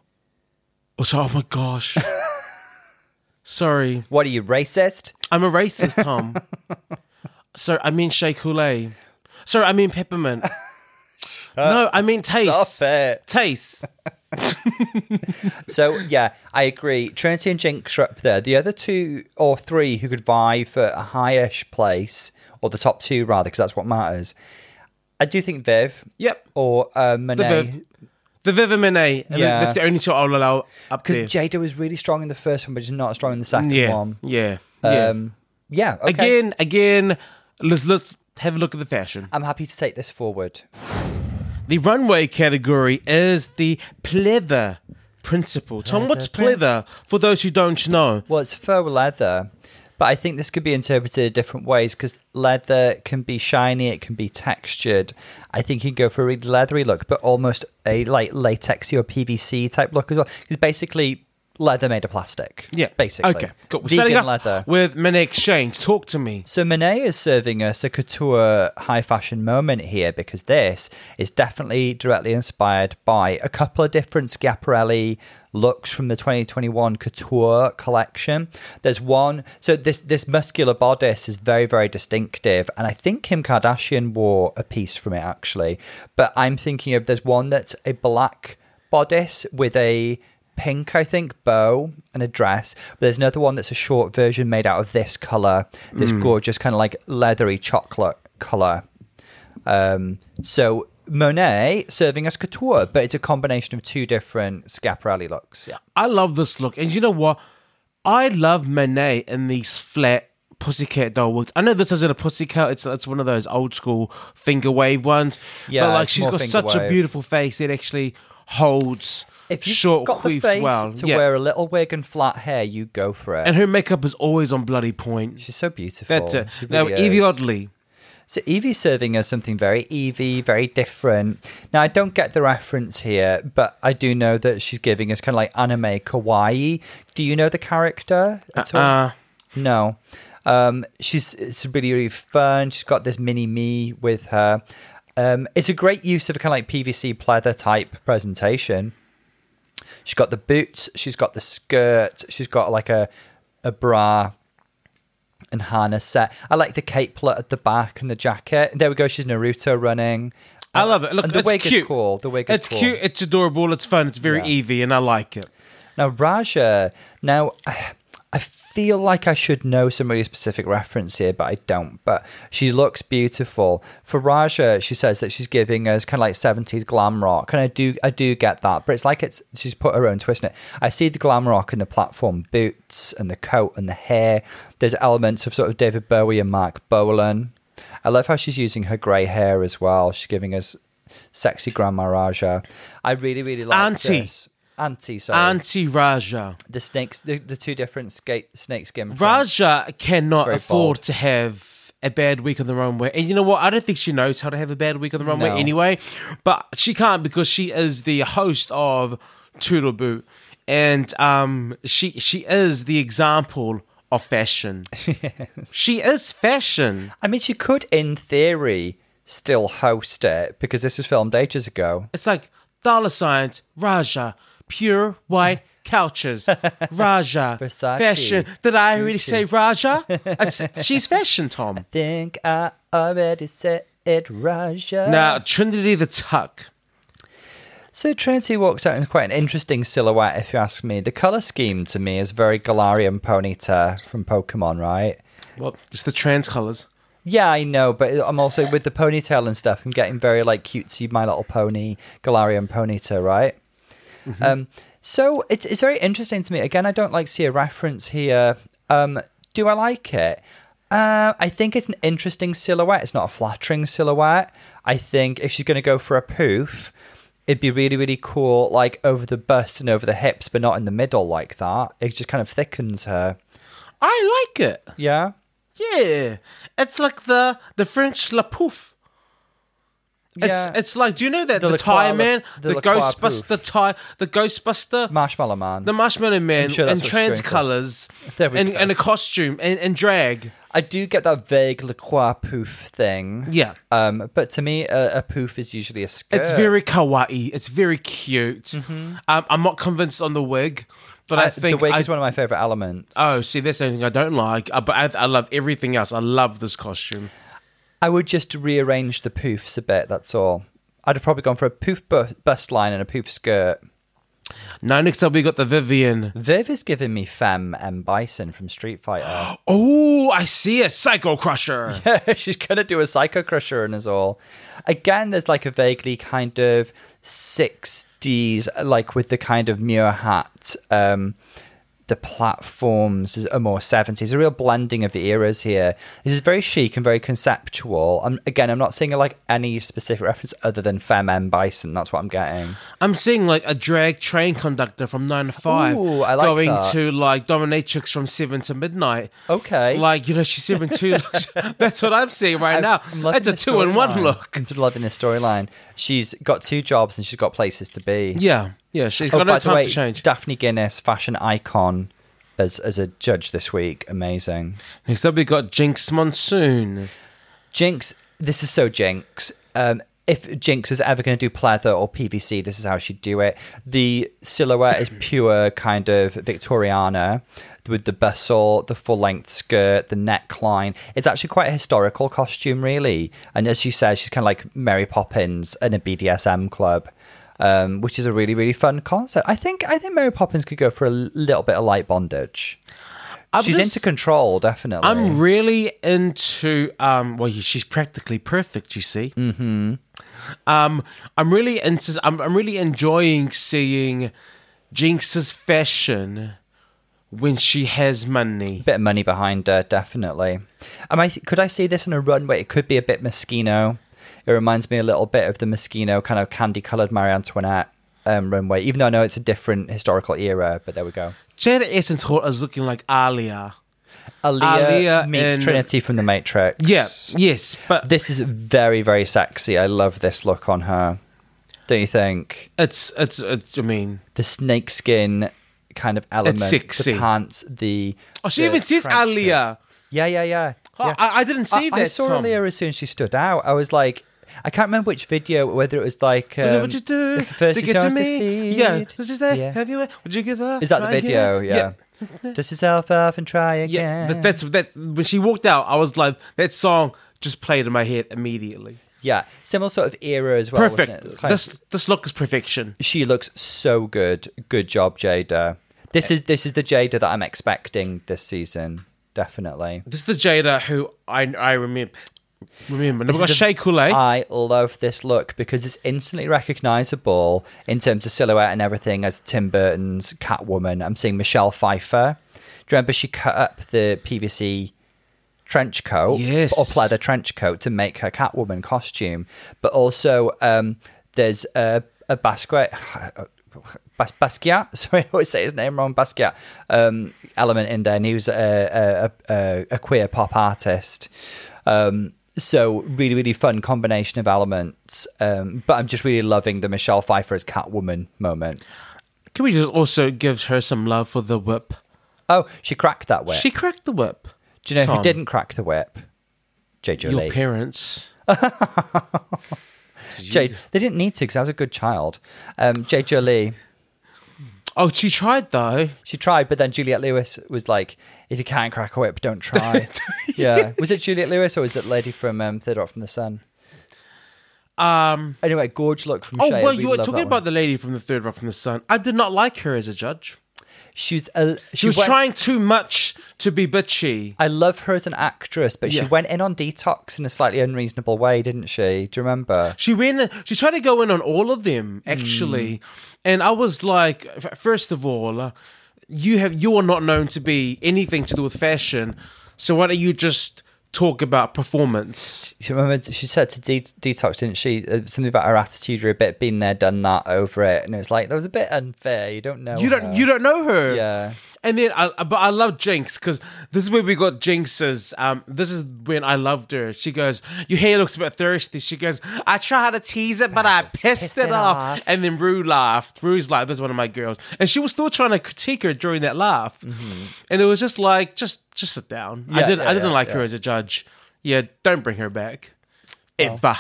Speaker 1: Oh, so, oh my gosh. Sorry,
Speaker 2: What are you, racist?
Speaker 1: I'm a racist,
Speaker 2: [LAUGHS]
Speaker 1: Tom. so I mean Shea Coulee. So I mean
Speaker 2: [LAUGHS]
Speaker 1: peppermint. no, I mean taste.
Speaker 2: Uh, Stop it.
Speaker 1: Taste.
Speaker 2: So yeah, I agree. Trinity and Jinx are up there. The other two or three who could vie for a high-ish place, or the top two rather, because that's what matters. I do think Viv
Speaker 1: Yep.
Speaker 2: or uh,
Speaker 1: Viv.
Speaker 2: Monet,
Speaker 1: The Vivimine.
Speaker 2: Yeah.
Speaker 1: That's the only two I'll allow up there.
Speaker 2: because Jada was really strong in the first one, but she's not strong in the second
Speaker 1: yeah.
Speaker 2: one.
Speaker 1: yeah. Yeah.
Speaker 2: Um, yeah. Okay.
Speaker 1: Again, again, let's let's Have a look at the fashion.
Speaker 2: I'm happy to take this forward.
Speaker 1: The runway category is the pleather principle. Tom,
Speaker 2: [LAUGHS]
Speaker 1: what's pleather for those who don't know?
Speaker 2: Well, it's faux leather, but I think this could be interpreted in different ways because leather can be shiny, it can be textured. I think you can go for a really leathery look, but almost a like latexy or PVC type look as well. Because basically, leather made of plastic.
Speaker 1: Yeah.
Speaker 2: basically.
Speaker 1: Okay. Cool. We're starting
Speaker 2: Vegan
Speaker 1: off
Speaker 2: leather.
Speaker 1: with Monet Exchange. Talk to me.
Speaker 2: So Monet is serving us a couture high fashion moment here because this is definitely directly inspired by a couple of different Schiaparelli looks from the 2021 couture collection. There's one, so this this muscular bodice is very very distinctive, and I think Kim Kardashian wore a piece from it actually. But I'm thinking of there's one that's a black bodice with a pink, I think, bow and a dress. But there's another one that's a short version made out of this color, this
Speaker 1: Hmm.
Speaker 2: gorgeous kind of like leathery chocolate color. Um, so Monet serving as couture, but it's a combination of two different Schiaparelli looks. Yeah.
Speaker 1: I love this look. And you know what? I love Monet in these flat pussycat doll wigs. I know this isn't a pussycat, it's it's one of those old school finger wave ones.
Speaker 2: Yeah,
Speaker 1: but like
Speaker 2: it's
Speaker 1: she's
Speaker 2: more
Speaker 1: got
Speaker 2: finger
Speaker 1: such a
Speaker 2: wave.
Speaker 1: beautiful face that actually holds
Speaker 2: If you've
Speaker 1: short
Speaker 2: got the
Speaker 1: queefs
Speaker 2: face
Speaker 1: well.
Speaker 2: to
Speaker 1: Yeah.
Speaker 2: wear a little wig and flat hair, you go for it.
Speaker 1: and her makeup is always on bloody point.
Speaker 2: She's so beautiful.
Speaker 1: That's it.
Speaker 2: She
Speaker 1: now
Speaker 2: really
Speaker 1: Evie
Speaker 2: is.
Speaker 1: Oddly.
Speaker 2: So Evie's serving us something very Evie, very different. Now I don't get the reference here, but I do know that she's giving us kind of like anime kawaii. Do you know the character at all?
Speaker 1: Uh,
Speaker 2: No. Um, she's it's really really fun. She's got this mini me with her. Um, it's a great use of a kind of like PVC pleather type presentation. She's got the boots. She's got the skirt. She's got like a a bra and harness set. I like the capelet at the back and the jacket. There we go. She's Naruto running.
Speaker 1: I love it. Look,
Speaker 2: and the
Speaker 1: it's
Speaker 2: wig
Speaker 1: cute.
Speaker 2: is cool. The wig is
Speaker 1: it's
Speaker 2: cool.
Speaker 1: cute, it's adorable, it's fun, it's very
Speaker 2: Yeah.
Speaker 1: Evie, and I like it.
Speaker 2: Now, Raja, now I feel like I should know some really specific reference here, but I don't. But she looks beautiful. For Raja, she says that she's giving us kind of like 70s glam rock. And I do I do get that. But it's like it's she's put her own twist in it. I see the glam rock in the platform boots and the coat and the hair. There's elements of sort of David Bowie and Mark Bolan. I love how she's using her grey hair as well. She's giving us sexy grandma Raja. I really, really like
Speaker 1: Auntie.
Speaker 2: this. Auntie, sorry
Speaker 1: Auntie Raja.
Speaker 2: the snakes the, the two different skate snake skin prints.
Speaker 1: Raja cannot
Speaker 2: very
Speaker 1: afford
Speaker 2: bold.
Speaker 1: to have a bad week on the runway. And you know what? I don't think she knows how to have a bad week on the runway
Speaker 2: No.
Speaker 1: anyway. But she can't because she is the host of Toodle Boo. And um, she she is the example of
Speaker 2: [LAUGHS]
Speaker 1: fashion. She is fashion.
Speaker 2: i mean she could in theory still host it because this was filmed ages ago
Speaker 1: It's like dollar signs, Raja, pure white
Speaker 2: [LAUGHS]
Speaker 1: couches, Raja,
Speaker 2: Versace,
Speaker 1: fashion. Did I already say
Speaker 2: [LAUGHS]
Speaker 1: Raja? That's, she's fashion, Tom.
Speaker 2: think i already said it raja
Speaker 1: Now, Trinity the Tuck.
Speaker 2: so trinity walks out in quite an interesting silhouette if you ask me the color scheme to me is very galarian ponyta from pokemon right
Speaker 1: Well, it's the trans colors.
Speaker 2: yeah, I know, but I'm also with the ponytail and stuff. I'm getting very like cutesy My Little Pony, Galarian ponytail, right? Um, so it's it's very interesting to me. Again, I don't like see a reference here. Um, do I like it? Uh, I think it's an interesting silhouette. It's not a flattering silhouette. I think if she's going to go for a poof, it'd be really really cool, like over the bust and over the hips, but not in the middle like that. It just kind of thickens her.
Speaker 1: I like it.
Speaker 2: Yeah.
Speaker 1: Yeah, it's like the the French la pouf. It's
Speaker 2: Yeah.
Speaker 1: it's like do you know that
Speaker 2: The
Speaker 1: the,
Speaker 2: La
Speaker 1: Thai
Speaker 2: Croix La-
Speaker 1: man,
Speaker 2: the
Speaker 1: the,
Speaker 2: La Croix
Speaker 1: Ghostbuster Thai, the Ghostbuster,
Speaker 2: Marshmallow Man.
Speaker 1: the Marshmallow Man,
Speaker 2: sure
Speaker 1: and
Speaker 2: that's what she's
Speaker 1: trans
Speaker 2: going for.
Speaker 1: colors,
Speaker 2: [LAUGHS] There we
Speaker 1: and
Speaker 2: go.
Speaker 1: and a costume and, and drag.
Speaker 2: I do get that vague Le Croix poof thing.
Speaker 1: Yeah.
Speaker 2: Um, but to me, a, a poof is usually a skirt.
Speaker 1: It's very kawaii. It's very cute. Um, I'm not convinced on the wig, but I,
Speaker 2: I-
Speaker 1: think
Speaker 2: Mm-hmm. Uh, the wig
Speaker 1: I-
Speaker 2: is one of my favorite elements.
Speaker 1: oh, see, that's the only thing I don't like. Uh, but I, I love everything else. I love this costume.
Speaker 2: I would just rearrange the poofs a bit. That's all. I'd have probably gone for a poof bu- bust line and a poof skirt.
Speaker 1: Now next up we got the Vivian.
Speaker 2: Viv is giving me Femme M Bison from Street
Speaker 1: [GASPS]
Speaker 2: Fighter.
Speaker 1: Oh, I see a psycho crusher.
Speaker 2: [LAUGHS] She's gonna do a Psycho Crusher and us all. Again, there's like a vaguely kind of '60s, like with the kind of Muir hat. Um, the platforms are more 70s, a real blending of the eras here. This is very chic and very conceptual. I'm, again, I'm not seeing like any specific reference other than Femme M. Bison. That's what I'm getting.
Speaker 1: I'm seeing like a drag train conductor from nine to five
Speaker 2: Ooh, I like
Speaker 1: going
Speaker 2: that.
Speaker 1: to like dominatrix from seven to midnight.
Speaker 2: Okay.
Speaker 1: Like, you know, she's seven
Speaker 2: [LAUGHS]
Speaker 1: two. [LAUGHS] That's what I'm seeing right now.
Speaker 2: I'm loving
Speaker 1: That's a
Speaker 2: this
Speaker 1: two in one
Speaker 2: storyline.
Speaker 1: look.
Speaker 2: I'm just loving this storyline. She's got two jobs and she's got places to be.
Speaker 1: Yeah. Yeah. She's
Speaker 2: Oh,
Speaker 1: got
Speaker 2: by
Speaker 1: no
Speaker 2: the
Speaker 1: time
Speaker 2: way,
Speaker 1: to change.
Speaker 2: Daphne Guinness, fashion icon, as as a judge this week. Amazing.
Speaker 1: Next up, we got Jinx Monsoon.
Speaker 2: Jinx, this is so Jinx. Um, if Jinx was ever going to do pleather or PVC, this is how she'd do it. The silhouette is pure kind of Victoriana with the bustle, the full length skirt, the neckline. It's actually quite a historical costume, really. And as she says, she's kind of like Mary Poppins in a BDSM club. Um, which is a really really fun concept. I think I think Mary Poppins could go for a little bit of light bondage.
Speaker 1: I'm
Speaker 2: She's
Speaker 1: just-
Speaker 2: into control, definitely.
Speaker 1: I'm really into um well she's practically perfect you see. Mhm.
Speaker 2: Mm-hmm.
Speaker 1: Um I'm really into I'm I'm really enjoying seeing Jinx's fashion when she has money.
Speaker 2: bit of money behind her, definitely. Am I? Could I see this on a runway? It could be a bit Moschino. It reminds me a little bit of the Moschino kind of candy-coloured Marie Antoinette um, runway. Even though I know it's a different historical era, but there we go.
Speaker 1: Jada Essence Hall is looking like Alia.
Speaker 2: Aaliyah,
Speaker 1: Aaliyah
Speaker 2: meets
Speaker 1: and-
Speaker 2: Trinity from The Matrix.
Speaker 1: Yeah, yes, but
Speaker 2: This is very, very sexy. I love this look on her. Don't you think?
Speaker 1: it's, it's it's I mean
Speaker 2: The snakeskin kind of element,
Speaker 1: sexy.
Speaker 2: the pants, the
Speaker 1: Oh she
Speaker 2: the
Speaker 1: even says
Speaker 2: trench coat.
Speaker 1: Alia.
Speaker 2: Yeah, yeah, yeah.
Speaker 1: Oh,
Speaker 2: yeah.
Speaker 1: I, I didn't see
Speaker 2: I,
Speaker 1: that.
Speaker 2: I saw
Speaker 1: Tom.
Speaker 2: Aaliyah as soon as she stood out. I was like, I can't remember which video, whether it was like,
Speaker 1: Is that
Speaker 2: um,
Speaker 1: what you do
Speaker 2: first
Speaker 1: to
Speaker 2: you
Speaker 1: get to
Speaker 2: don't
Speaker 1: me? Yeah.
Speaker 2: succeed.
Speaker 1: Did you say
Speaker 2: Yeah.
Speaker 1: have you? uh, Would you give up?
Speaker 2: is that the
Speaker 1: Try
Speaker 2: video?
Speaker 1: again?
Speaker 2: Yeah. Dust yourself off and try
Speaker 1: Yeah,
Speaker 2: again.
Speaker 1: that, that's that. When she walked out, I was like, that song just played in my head immediately.
Speaker 2: yeah, similar sort of era as well. wasn't
Speaker 1: Perfect.
Speaker 2: it? It was kind of-
Speaker 1: this this look is perfection.
Speaker 2: she looks so good. Good job, Jada. This is this is the Jada that I'm expecting this season, definitely.
Speaker 1: This is the Jada who I I remember. Remember, we've got
Speaker 2: is a- Ah.
Speaker 1: Shea Coulee.
Speaker 2: I love this look because it's instantly recognizable in terms of silhouette and everything as Tim Burton's Catwoman. I'm seeing Michelle Pfeiffer. Do you remember she cut up the PVC trench coat
Speaker 1: Yes.
Speaker 2: or pleather trench coat to make her Catwoman costume? But also, um, there's a, a basket. [SIGHS] Bas- Basquiat, [LAUGHS] sorry, I always say his name wrong. Basquiat um, element in there, and he was a, a, a, a queer pop artist. Um, so really, really fun combination of elements. Um, but I'm just really loving the Michelle Pfeiffer as Catwoman moment.
Speaker 1: Can we just also give her some love for the whip?
Speaker 2: Oh, she cracked that whip.
Speaker 1: She cracked the whip.
Speaker 2: Do you know
Speaker 1: Tom.
Speaker 2: who didn't crack the whip? JJ
Speaker 1: Your
Speaker 2: Lee. [LAUGHS]
Speaker 1: parents.
Speaker 2: J- they didn't need to because I was a good child. Um, JJ Lee.
Speaker 1: Oh, she tried though.
Speaker 2: She tried, but then Juliet Lewis was like, "If you can't crack a whip,
Speaker 1: [LAUGHS]
Speaker 2: don't try." yeah, was it Juliet Lewis or was it lady from um, Third Rock from the Sun?
Speaker 1: Um.
Speaker 2: Anyway, gorge look from.
Speaker 1: Oh
Speaker 2: Shay. I
Speaker 1: well,
Speaker 2: really
Speaker 1: you were
Speaker 2: love
Speaker 1: talking
Speaker 2: that one.
Speaker 1: about the lady from the Third Rock from the Sun. I did not like her as a judge.
Speaker 2: she was. Uh,
Speaker 1: She was
Speaker 2: went-
Speaker 1: trying too much to be bitchy.
Speaker 2: I love her as an actress, but she
Speaker 1: Yeah.
Speaker 2: went in on detox in a slightly unreasonable way, didn't she? Do you remember?
Speaker 1: She went. She tried to go in on all of them
Speaker 2: Hmm.
Speaker 1: actually, and I was like, f- first of all, uh, you have you are not known to be anything to do with fashion, so why don't you just talk about performance?
Speaker 2: She remember she said to de- detox, didn't she? Uh, something about her attitude, or a bit been there, done that, over it, and it was like that was a bit unfair. You don't know.
Speaker 1: You
Speaker 2: her.
Speaker 1: don't you don't know her,
Speaker 2: Yeah.
Speaker 1: And then, I, but I love Jinx because this is where we got Jinx's. Um, this is when I loved her. She goes, "Your hair looks a bit thirsty." She goes, "I tried to tease it, but I
Speaker 2: [LAUGHS]
Speaker 1: pissed, it,
Speaker 2: it
Speaker 1: off.
Speaker 2: off.
Speaker 1: And then Rue laughed. Rue's like, "That's one of my girls," and she was still trying to critique her during that laugh.
Speaker 2: Mm-hmm.
Speaker 1: And it was just like, just just sit down. I
Speaker 2: Yeah,
Speaker 1: didn't,
Speaker 2: yeah,
Speaker 1: I didn't
Speaker 2: yeah,
Speaker 1: like her
Speaker 2: yeah.
Speaker 1: as a judge. Yeah, don't bring her back. Ever,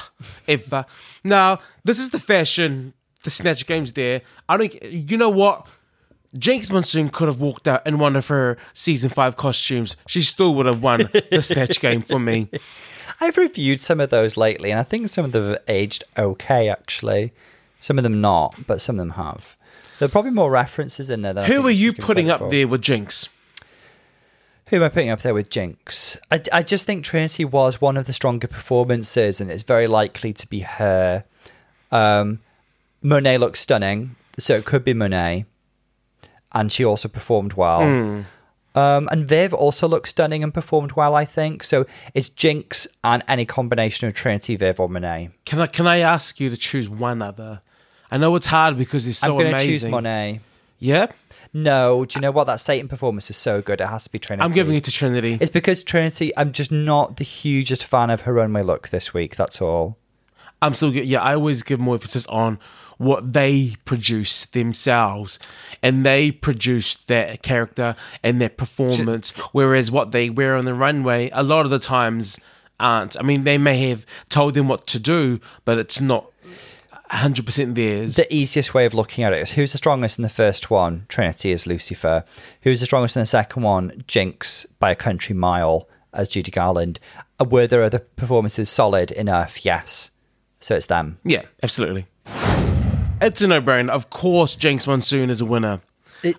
Speaker 1: ever. Now this is the fashion. The snatch game's there. I don't. You know what? Jinx Monsoon could have walked out in one of her season five costumes. She still would have won the snatch game for me.
Speaker 2: I've reviewed some of those lately, and I think some of them have aged okay, actually. Some of them not, but some of them have. There are probably more references in there than [LAUGHS] I
Speaker 1: Who
Speaker 2: think
Speaker 1: are
Speaker 2: she
Speaker 1: you
Speaker 2: can
Speaker 1: putting
Speaker 2: credit
Speaker 1: up
Speaker 2: for.
Speaker 1: there with Jinx?
Speaker 2: Who am I putting up there with Jinx? I, I just think Trinity was one of the stronger performances, and it's very likely to be her. Um, Monet looks stunning, so it could be Monet. and she also performed well.
Speaker 1: Hmm.
Speaker 2: Um, and Viv also looked stunning and performed well, I think. So it's Jinx and any combination of Trinity, Viv, or Monet.
Speaker 1: Can I can I ask you to choose one other? I know it's hard because he's so
Speaker 2: I'm going to
Speaker 1: amazing.
Speaker 2: choose Monet.
Speaker 1: Yeah,
Speaker 2: No, do you know what? That Satan performance is so good. It has to be Trinity.
Speaker 1: I'm giving it to Trinity.
Speaker 2: It's because Trinity, I'm just not the hugest fan of her runway look this week. That's all.
Speaker 1: I'm still good. Yeah, I always give more emphasis on what they produce themselves, and they produce their character and their performance. Whereas what they wear on the runway, a lot of the times aren't. I mean, they may have told them what to do, but it's not 100 percent theirs.
Speaker 2: The easiest way of looking at it is who's the strongest in the first one? Trinity is Lucifer. Who's the strongest in the second one? Jinx by a country mile as Judy Garland. Uh, Were there other performances solid enough? Yes. So it's them.
Speaker 1: yeah, absolutely. It's a no-brainer. Of course, Jinx Monsoon is a winner.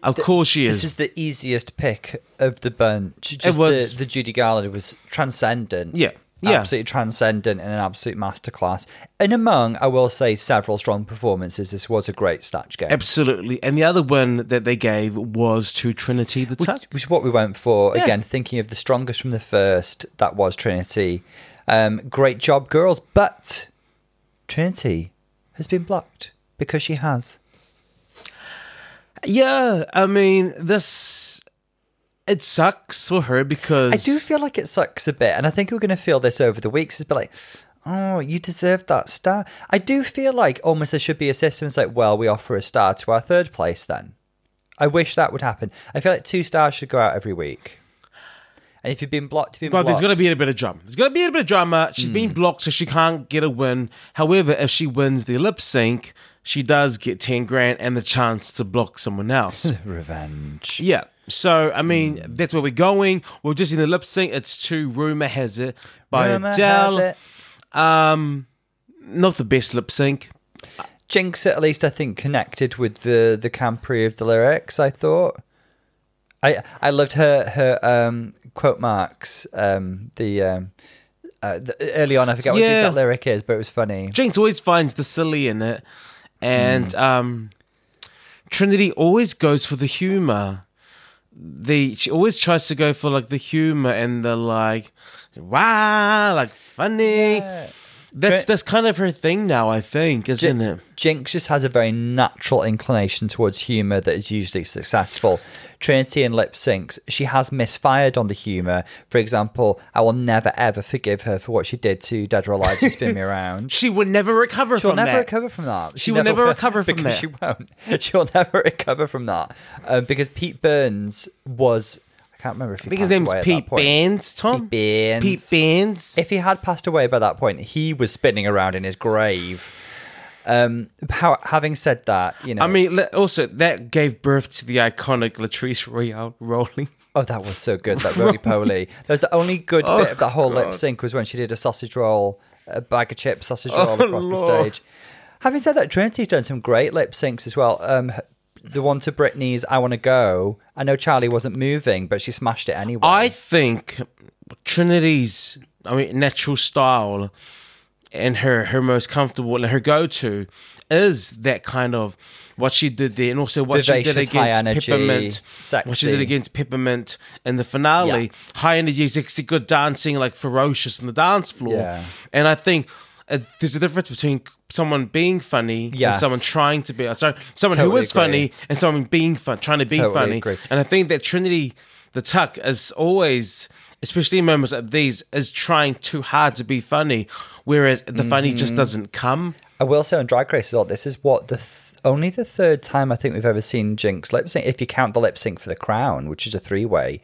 Speaker 1: of course, she
Speaker 2: this
Speaker 1: is.
Speaker 2: was the easiest pick of the bunch. Just
Speaker 1: was-
Speaker 2: the, the Judy Garland was transcendent.
Speaker 1: Yeah. Yeah.
Speaker 2: Absolutely transcendent and an absolute masterclass. And among, I will say, several strong performances, this was a great snatch game.
Speaker 1: Absolutely. And the other one that they gave was to Trinity the Touch.
Speaker 2: Which is what we went for.
Speaker 1: Yeah.
Speaker 2: Again, thinking of the strongest from the first, that was Trinity. Um, great job, girls. But Trinity has been blocked because she has.
Speaker 1: Yeah, I mean, this it sucks for her because
Speaker 2: I do feel like it sucks a bit, and I think we're going to feel this over the weeks. It's been like, oh, you deserve that star. I do feel like almost there should be a system. It's like, well, we offer a star to our third place. Then, I wish that would happen. I feel like two stars should go out every week. And if you've been blocked, you've been
Speaker 1: Well, there's
Speaker 2: blocked.
Speaker 1: going to be a bit of drama. There's going to be a bit of drama.
Speaker 2: Hmm.
Speaker 1: She's being blocked, so she can't get a win. However, if she wins the lip sync, she does get 10 grand and the chance to block someone
Speaker 2: [LAUGHS]
Speaker 1: else.
Speaker 2: revenge.
Speaker 1: yeah. So, I mean,
Speaker 2: Hmm.
Speaker 1: that's where we're going. We're just in the lip sync. It's to Rumor Has It by
Speaker 2: Rumour has
Speaker 1: Adele.
Speaker 2: it.
Speaker 1: Um, not the best lip sync.
Speaker 2: Jinx, at least I think, connected with the the campery of the lyrics. I thought. I I loved her her um, quote marks. Um, the, um, uh, the early on, I forget what the
Speaker 1: Yeah.
Speaker 2: exact lyric is, but it was funny.
Speaker 1: Jinx always finds the silly in it, and
Speaker 2: Hmm.
Speaker 1: um, Trinity always goes for the humor. The she always tries to go for like the humor and the like, wow, like funny. That's
Speaker 2: Trin-
Speaker 1: that's kind of her thing now, I think, isn't it?
Speaker 2: Jinx just has a very natural inclination towards humor that is usually successful. Trinity in lip syncs, she has misfired on the humor. For example, I will never ever forgive her for what she did to Dead or Alive to
Speaker 1: [LAUGHS]
Speaker 2: spin me around.
Speaker 1: She would never recover
Speaker 2: She'll
Speaker 1: from
Speaker 2: never
Speaker 1: that.
Speaker 2: recover from that.
Speaker 1: She will never recover from that.
Speaker 2: because She won't. [LAUGHS] She'll never recover from that uh, because Pete Burns was. I can't remember if he
Speaker 1: I think his
Speaker 2: passed
Speaker 1: name's
Speaker 2: away at
Speaker 1: Pete
Speaker 2: that point.
Speaker 1: Benz, Tom.
Speaker 2: Pete Burns.
Speaker 1: Pete Benz.
Speaker 2: If he had passed away by that point, he was spinning around in his grave. Um, how, having said that, you know,
Speaker 1: I mean, le- also that gave birth to the iconic Latrice Royale rolling.
Speaker 2: oh, that was so good
Speaker 1: [LAUGHS]
Speaker 2: that roly poly. That was the only good
Speaker 1: Oh,
Speaker 2: bit of that whole lip sync was when she did a sausage roll, a bag of
Speaker 1: [LAUGHS]
Speaker 2: chips, sausage roll across the
Speaker 1: Oh, Lord.
Speaker 2: stage. Having said that, Trinity's done some great lip syncs as well. Um, the one to Britney's "I Want to Go." I know Charlie wasn't moving, but she smashed it anyway.
Speaker 1: I think Trinity's I mean natural style and her her most comfortable and her go to is that kind of what she did there and also what she did
Speaker 2: Vivacious, high
Speaker 1: against
Speaker 2: energy,
Speaker 1: Peppermint. What she
Speaker 2: sexy.
Speaker 1: did against Peppermint in the finale.
Speaker 2: Yeah.
Speaker 1: High energy, sexy, good dancing, like ferocious on the dance floor.
Speaker 2: Yeah.
Speaker 1: And I think uh, there's a difference between someone being funny and
Speaker 2: Yes.
Speaker 1: someone trying to be. uh, Sorry, someone who
Speaker 2: Totally
Speaker 1: is
Speaker 2: agree.
Speaker 1: funny and someone being fun, trying to be
Speaker 2: Totally
Speaker 1: funny.
Speaker 2: agree.
Speaker 1: And I think that Trinity the Tuck is always, especially in moments like these, is trying too hard to be funny, whereas the funny
Speaker 2: Mm-hmm.
Speaker 1: just doesn't come.
Speaker 2: I will say on Drag Race as well, this is what the th- only the third time I think we've ever seen Jinx lip sync. If you count the lip sync for the crown, which is a three way,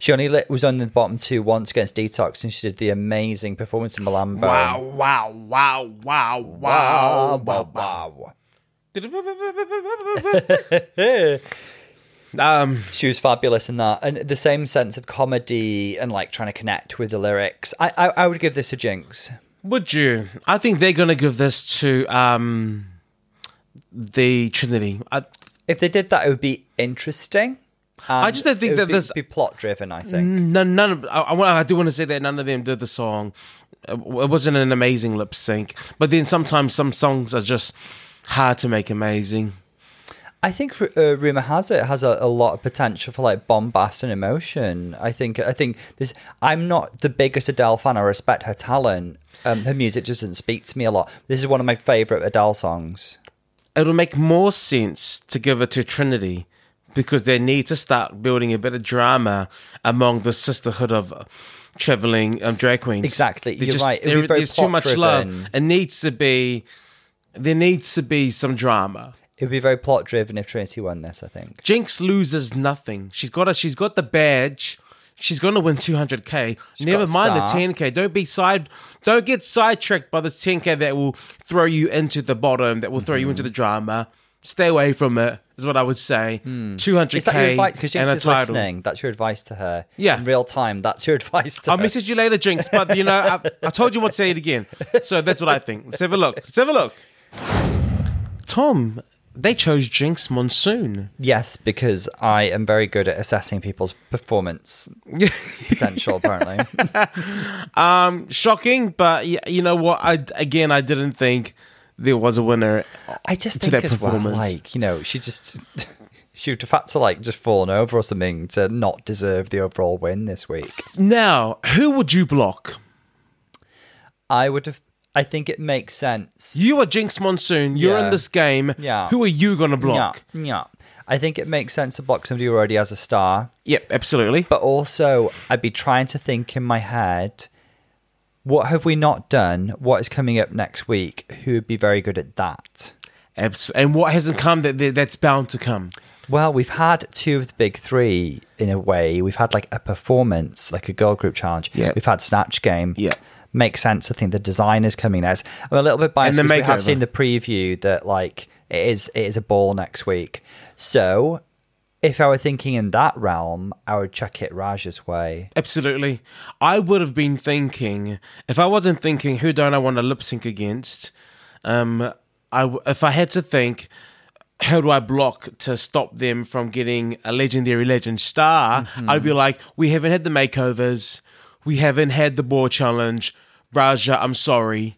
Speaker 2: she only li- was on the bottom two once against Detox, and she did the amazing performance in Malambo.
Speaker 1: wow, wow, wow,
Speaker 2: Wow, wow, wow.
Speaker 1: um,
Speaker 2: She was fabulous in that, and the same sense of comedy and like trying to connect with the lyrics. I I, I would give this a Jinx.
Speaker 1: [LAUGHS] would you? I think they're going to give this to um, the Trinity. I,
Speaker 2: If they did that, it would be interesting. and
Speaker 1: just don't think
Speaker 2: Um, it
Speaker 1: that Mm.
Speaker 2: would be,
Speaker 1: this-
Speaker 2: be plot driven. I think.
Speaker 1: None, none of I, I, wa- I do want to say that none of them did the song. Uh, It wasn't an amazing lip sync, but then sometimes some songs are just hard to make amazing.
Speaker 2: I think uh, rumor has it has a, a lot of potential for like bombast and emotion. I think I think this. I'm not the biggest Adele fan. I respect her talent. Um, her music just doesn't speak to me a lot. This is one of my favorite Adele songs.
Speaker 1: It'll make more sense to give it to Trinity because they need to start building a bit of drama among the sisterhood of traveling um, drag queens.
Speaker 2: Exactly,
Speaker 1: They're
Speaker 2: you're right. It'll be
Speaker 1: there-
Speaker 2: very
Speaker 1: there's too much love.
Speaker 2: plot-driven.
Speaker 1: It needs to be. There needs to be some drama.
Speaker 2: It would be very plot driven if Trinity won this. I think.
Speaker 1: Jinx loses nothing. She's got a, She's got the badge. She's gonna win 200k. Never
Speaker 2: got
Speaker 1: mind the
Speaker 2: star.
Speaker 1: 10k. Don't be side. Don't get sidetracked by the 10k that will throw you into the bottom. That will throw
Speaker 2: Mm-hmm.
Speaker 1: you into the drama. Stay away from it. Is what I would say. 200k
Speaker 2: Hmm. Is that your advice? Because
Speaker 1: and
Speaker 2: Jinx
Speaker 1: a
Speaker 2: is
Speaker 1: title.
Speaker 2: listening. That's your advice to her.
Speaker 1: Yeah.
Speaker 2: In real time, that's your [LAUGHS] advice to
Speaker 1: I'll
Speaker 2: her.
Speaker 1: message you later, Jinx. But you know, I, I told you what to say it again. So that's what I think. Let's have a look. Let's have a look. Tom, they chose Jinx Monsoon.
Speaker 2: yes, because I am very good at assessing people's
Speaker 1: [LAUGHS]
Speaker 2: performance potential, apparently.
Speaker 1: Shocking, but y- you know what? I again, I didn't think there was a winner.
Speaker 2: I just
Speaker 1: to
Speaker 2: think
Speaker 1: their
Speaker 2: as well,
Speaker 1: performance.
Speaker 2: like you know, she just [LAUGHS] she would have had to like just fallen over or something to not deserve the overall win this week.
Speaker 1: Now, who would you block?
Speaker 2: I would have. I think it makes sense.
Speaker 1: You are Jinx Monsoon. You're
Speaker 2: Yeah.
Speaker 1: in this game.
Speaker 2: Yeah.
Speaker 1: Who are you gonna
Speaker 2: Yeah,
Speaker 1: block?
Speaker 2: yeah. I think it makes sense to block somebody who already has a star,
Speaker 1: Yep, absolutely.
Speaker 2: but also I'd be trying to think in my head. What have we not done? What is coming up next week? Who would be very good at that?
Speaker 1: Abs- and what hasn't come that that- that's bound to come.
Speaker 2: Well, we've had two of the big three in a way. We've had like a performance, like a girl group challenge.
Speaker 1: Yeah.
Speaker 2: We've had Snatch Game.
Speaker 1: Yeah.
Speaker 2: Makes sense. I think the design is coming next. I'm a little bit biased
Speaker 1: And the
Speaker 2: because we
Speaker 1: makeover.
Speaker 2: have seen the preview that like it is it is a ball next week. So if I were thinking in that realm, I would chuck it Raj's way.
Speaker 1: Absolutely. I would have been thinking if I wasn't thinking who don't I want to lip sync against. Um, I w- if I had to think, how do I block to stop them from getting a legendary legend star? I'd be like, we haven't had the makeovers, we haven't had the ball challenge. Raja, I'm sorry,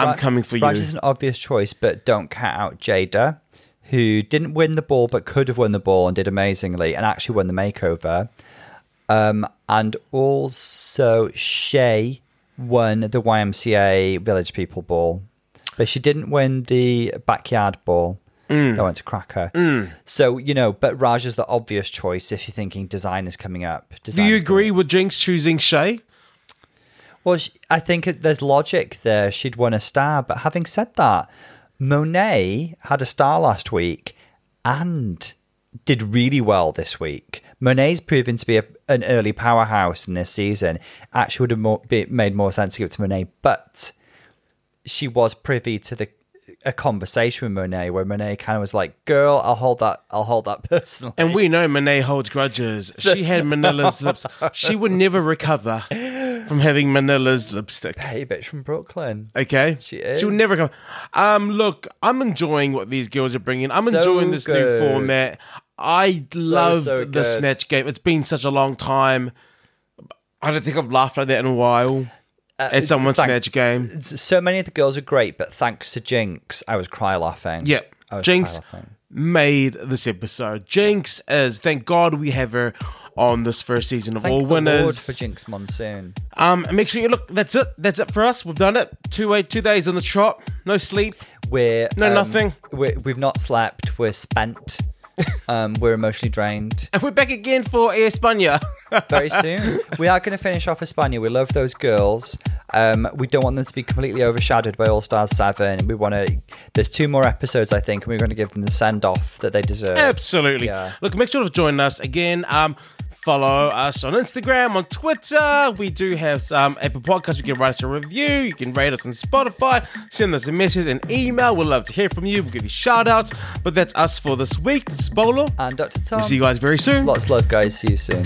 Speaker 1: I'm coming for
Speaker 2: Raj
Speaker 1: you.
Speaker 2: is an obvious choice, but don't cat out Jada, who didn't win the ball but could have won the ball and did amazingly and actually won the makeover. Um, and also Shay won the YMCA Village People Ball, but she didn't win the backyard ball.
Speaker 1: Mm.
Speaker 2: That went to Cracker. So you know, but Raj is the obvious choice if you're thinking design is coming up.
Speaker 1: do you agree with Jinx choosing Shay?
Speaker 2: Well, sh I think it- there's logic there. She'd won a star, but having said that, Monet had a star last week and did really well this week. Monet's proven to be a, an early powerhouse in this season. Actually, would have more, be, made more sense to give it to Monet, but she was privy to the a conversation with Monet where Monet kind of was like, "Girl, I'll hold that. I'll hold that [LAUGHS] personally."
Speaker 1: And we know Monet holds grudges. She had Manila's lips. She would never recover from having Manila's lipstick.
Speaker 2: hey, bitch from Brooklyn.
Speaker 1: Okay,
Speaker 2: She
Speaker 1: She will
Speaker 2: is.
Speaker 1: never come. Um, look, I'm enjoying what these girls are bringing. I'm
Speaker 2: So
Speaker 1: enjoying this new
Speaker 2: good.
Speaker 1: format. I loved
Speaker 2: so
Speaker 1: the
Speaker 2: good.
Speaker 1: snatch game. It's been such a long time. I don't think I've laughed like that in a while.
Speaker 2: Uh,
Speaker 1: at someone's
Speaker 2: thank-
Speaker 1: snatch game.
Speaker 2: so many of the girls are great, but thanks to Jinx, I was cry laughing.
Speaker 1: Yeah,
Speaker 2: I was
Speaker 1: Jinx
Speaker 2: cry laughing.
Speaker 1: made this episode. Jinx is thank God we have her on this first season of
Speaker 2: Thank
Speaker 1: All
Speaker 2: the
Speaker 1: Winners.
Speaker 2: Lord for Jinx Monsoon.
Speaker 1: Um, and make sure you look. That's it. That's it for us. We've done it. Two way, two days on the trot. No sleep.
Speaker 2: We're um,
Speaker 1: No, nothing.
Speaker 2: We're, we've not slept.
Speaker 1: [LAUGHS]
Speaker 2: We're spent. um, we're emotionally drained.
Speaker 1: And we're back again for Espana.
Speaker 2: Very soon, we are going to finish off Espana. We love those girls. Um, we don't want them to be completely overshadowed by All Stars Seven. We want to. There's two more episodes, I think, and we're going to give them the send off that they
Speaker 1: [LAUGHS]
Speaker 2: deserve.
Speaker 1: Absolutely.
Speaker 2: Yeah.
Speaker 1: Look, make sure to join us again. Um, follow us on Instagram, on Twitter. We do have some Apple Podcasts. You can write us a review. You can rate us on Spotify. Send us a message, an email. We'd love to hear from you. We'll give you shout outs. But that's us for this week. This is Bolo.
Speaker 2: And Dr. Tom,
Speaker 1: See you guys very soon.
Speaker 2: lots of love, guys. See you soon.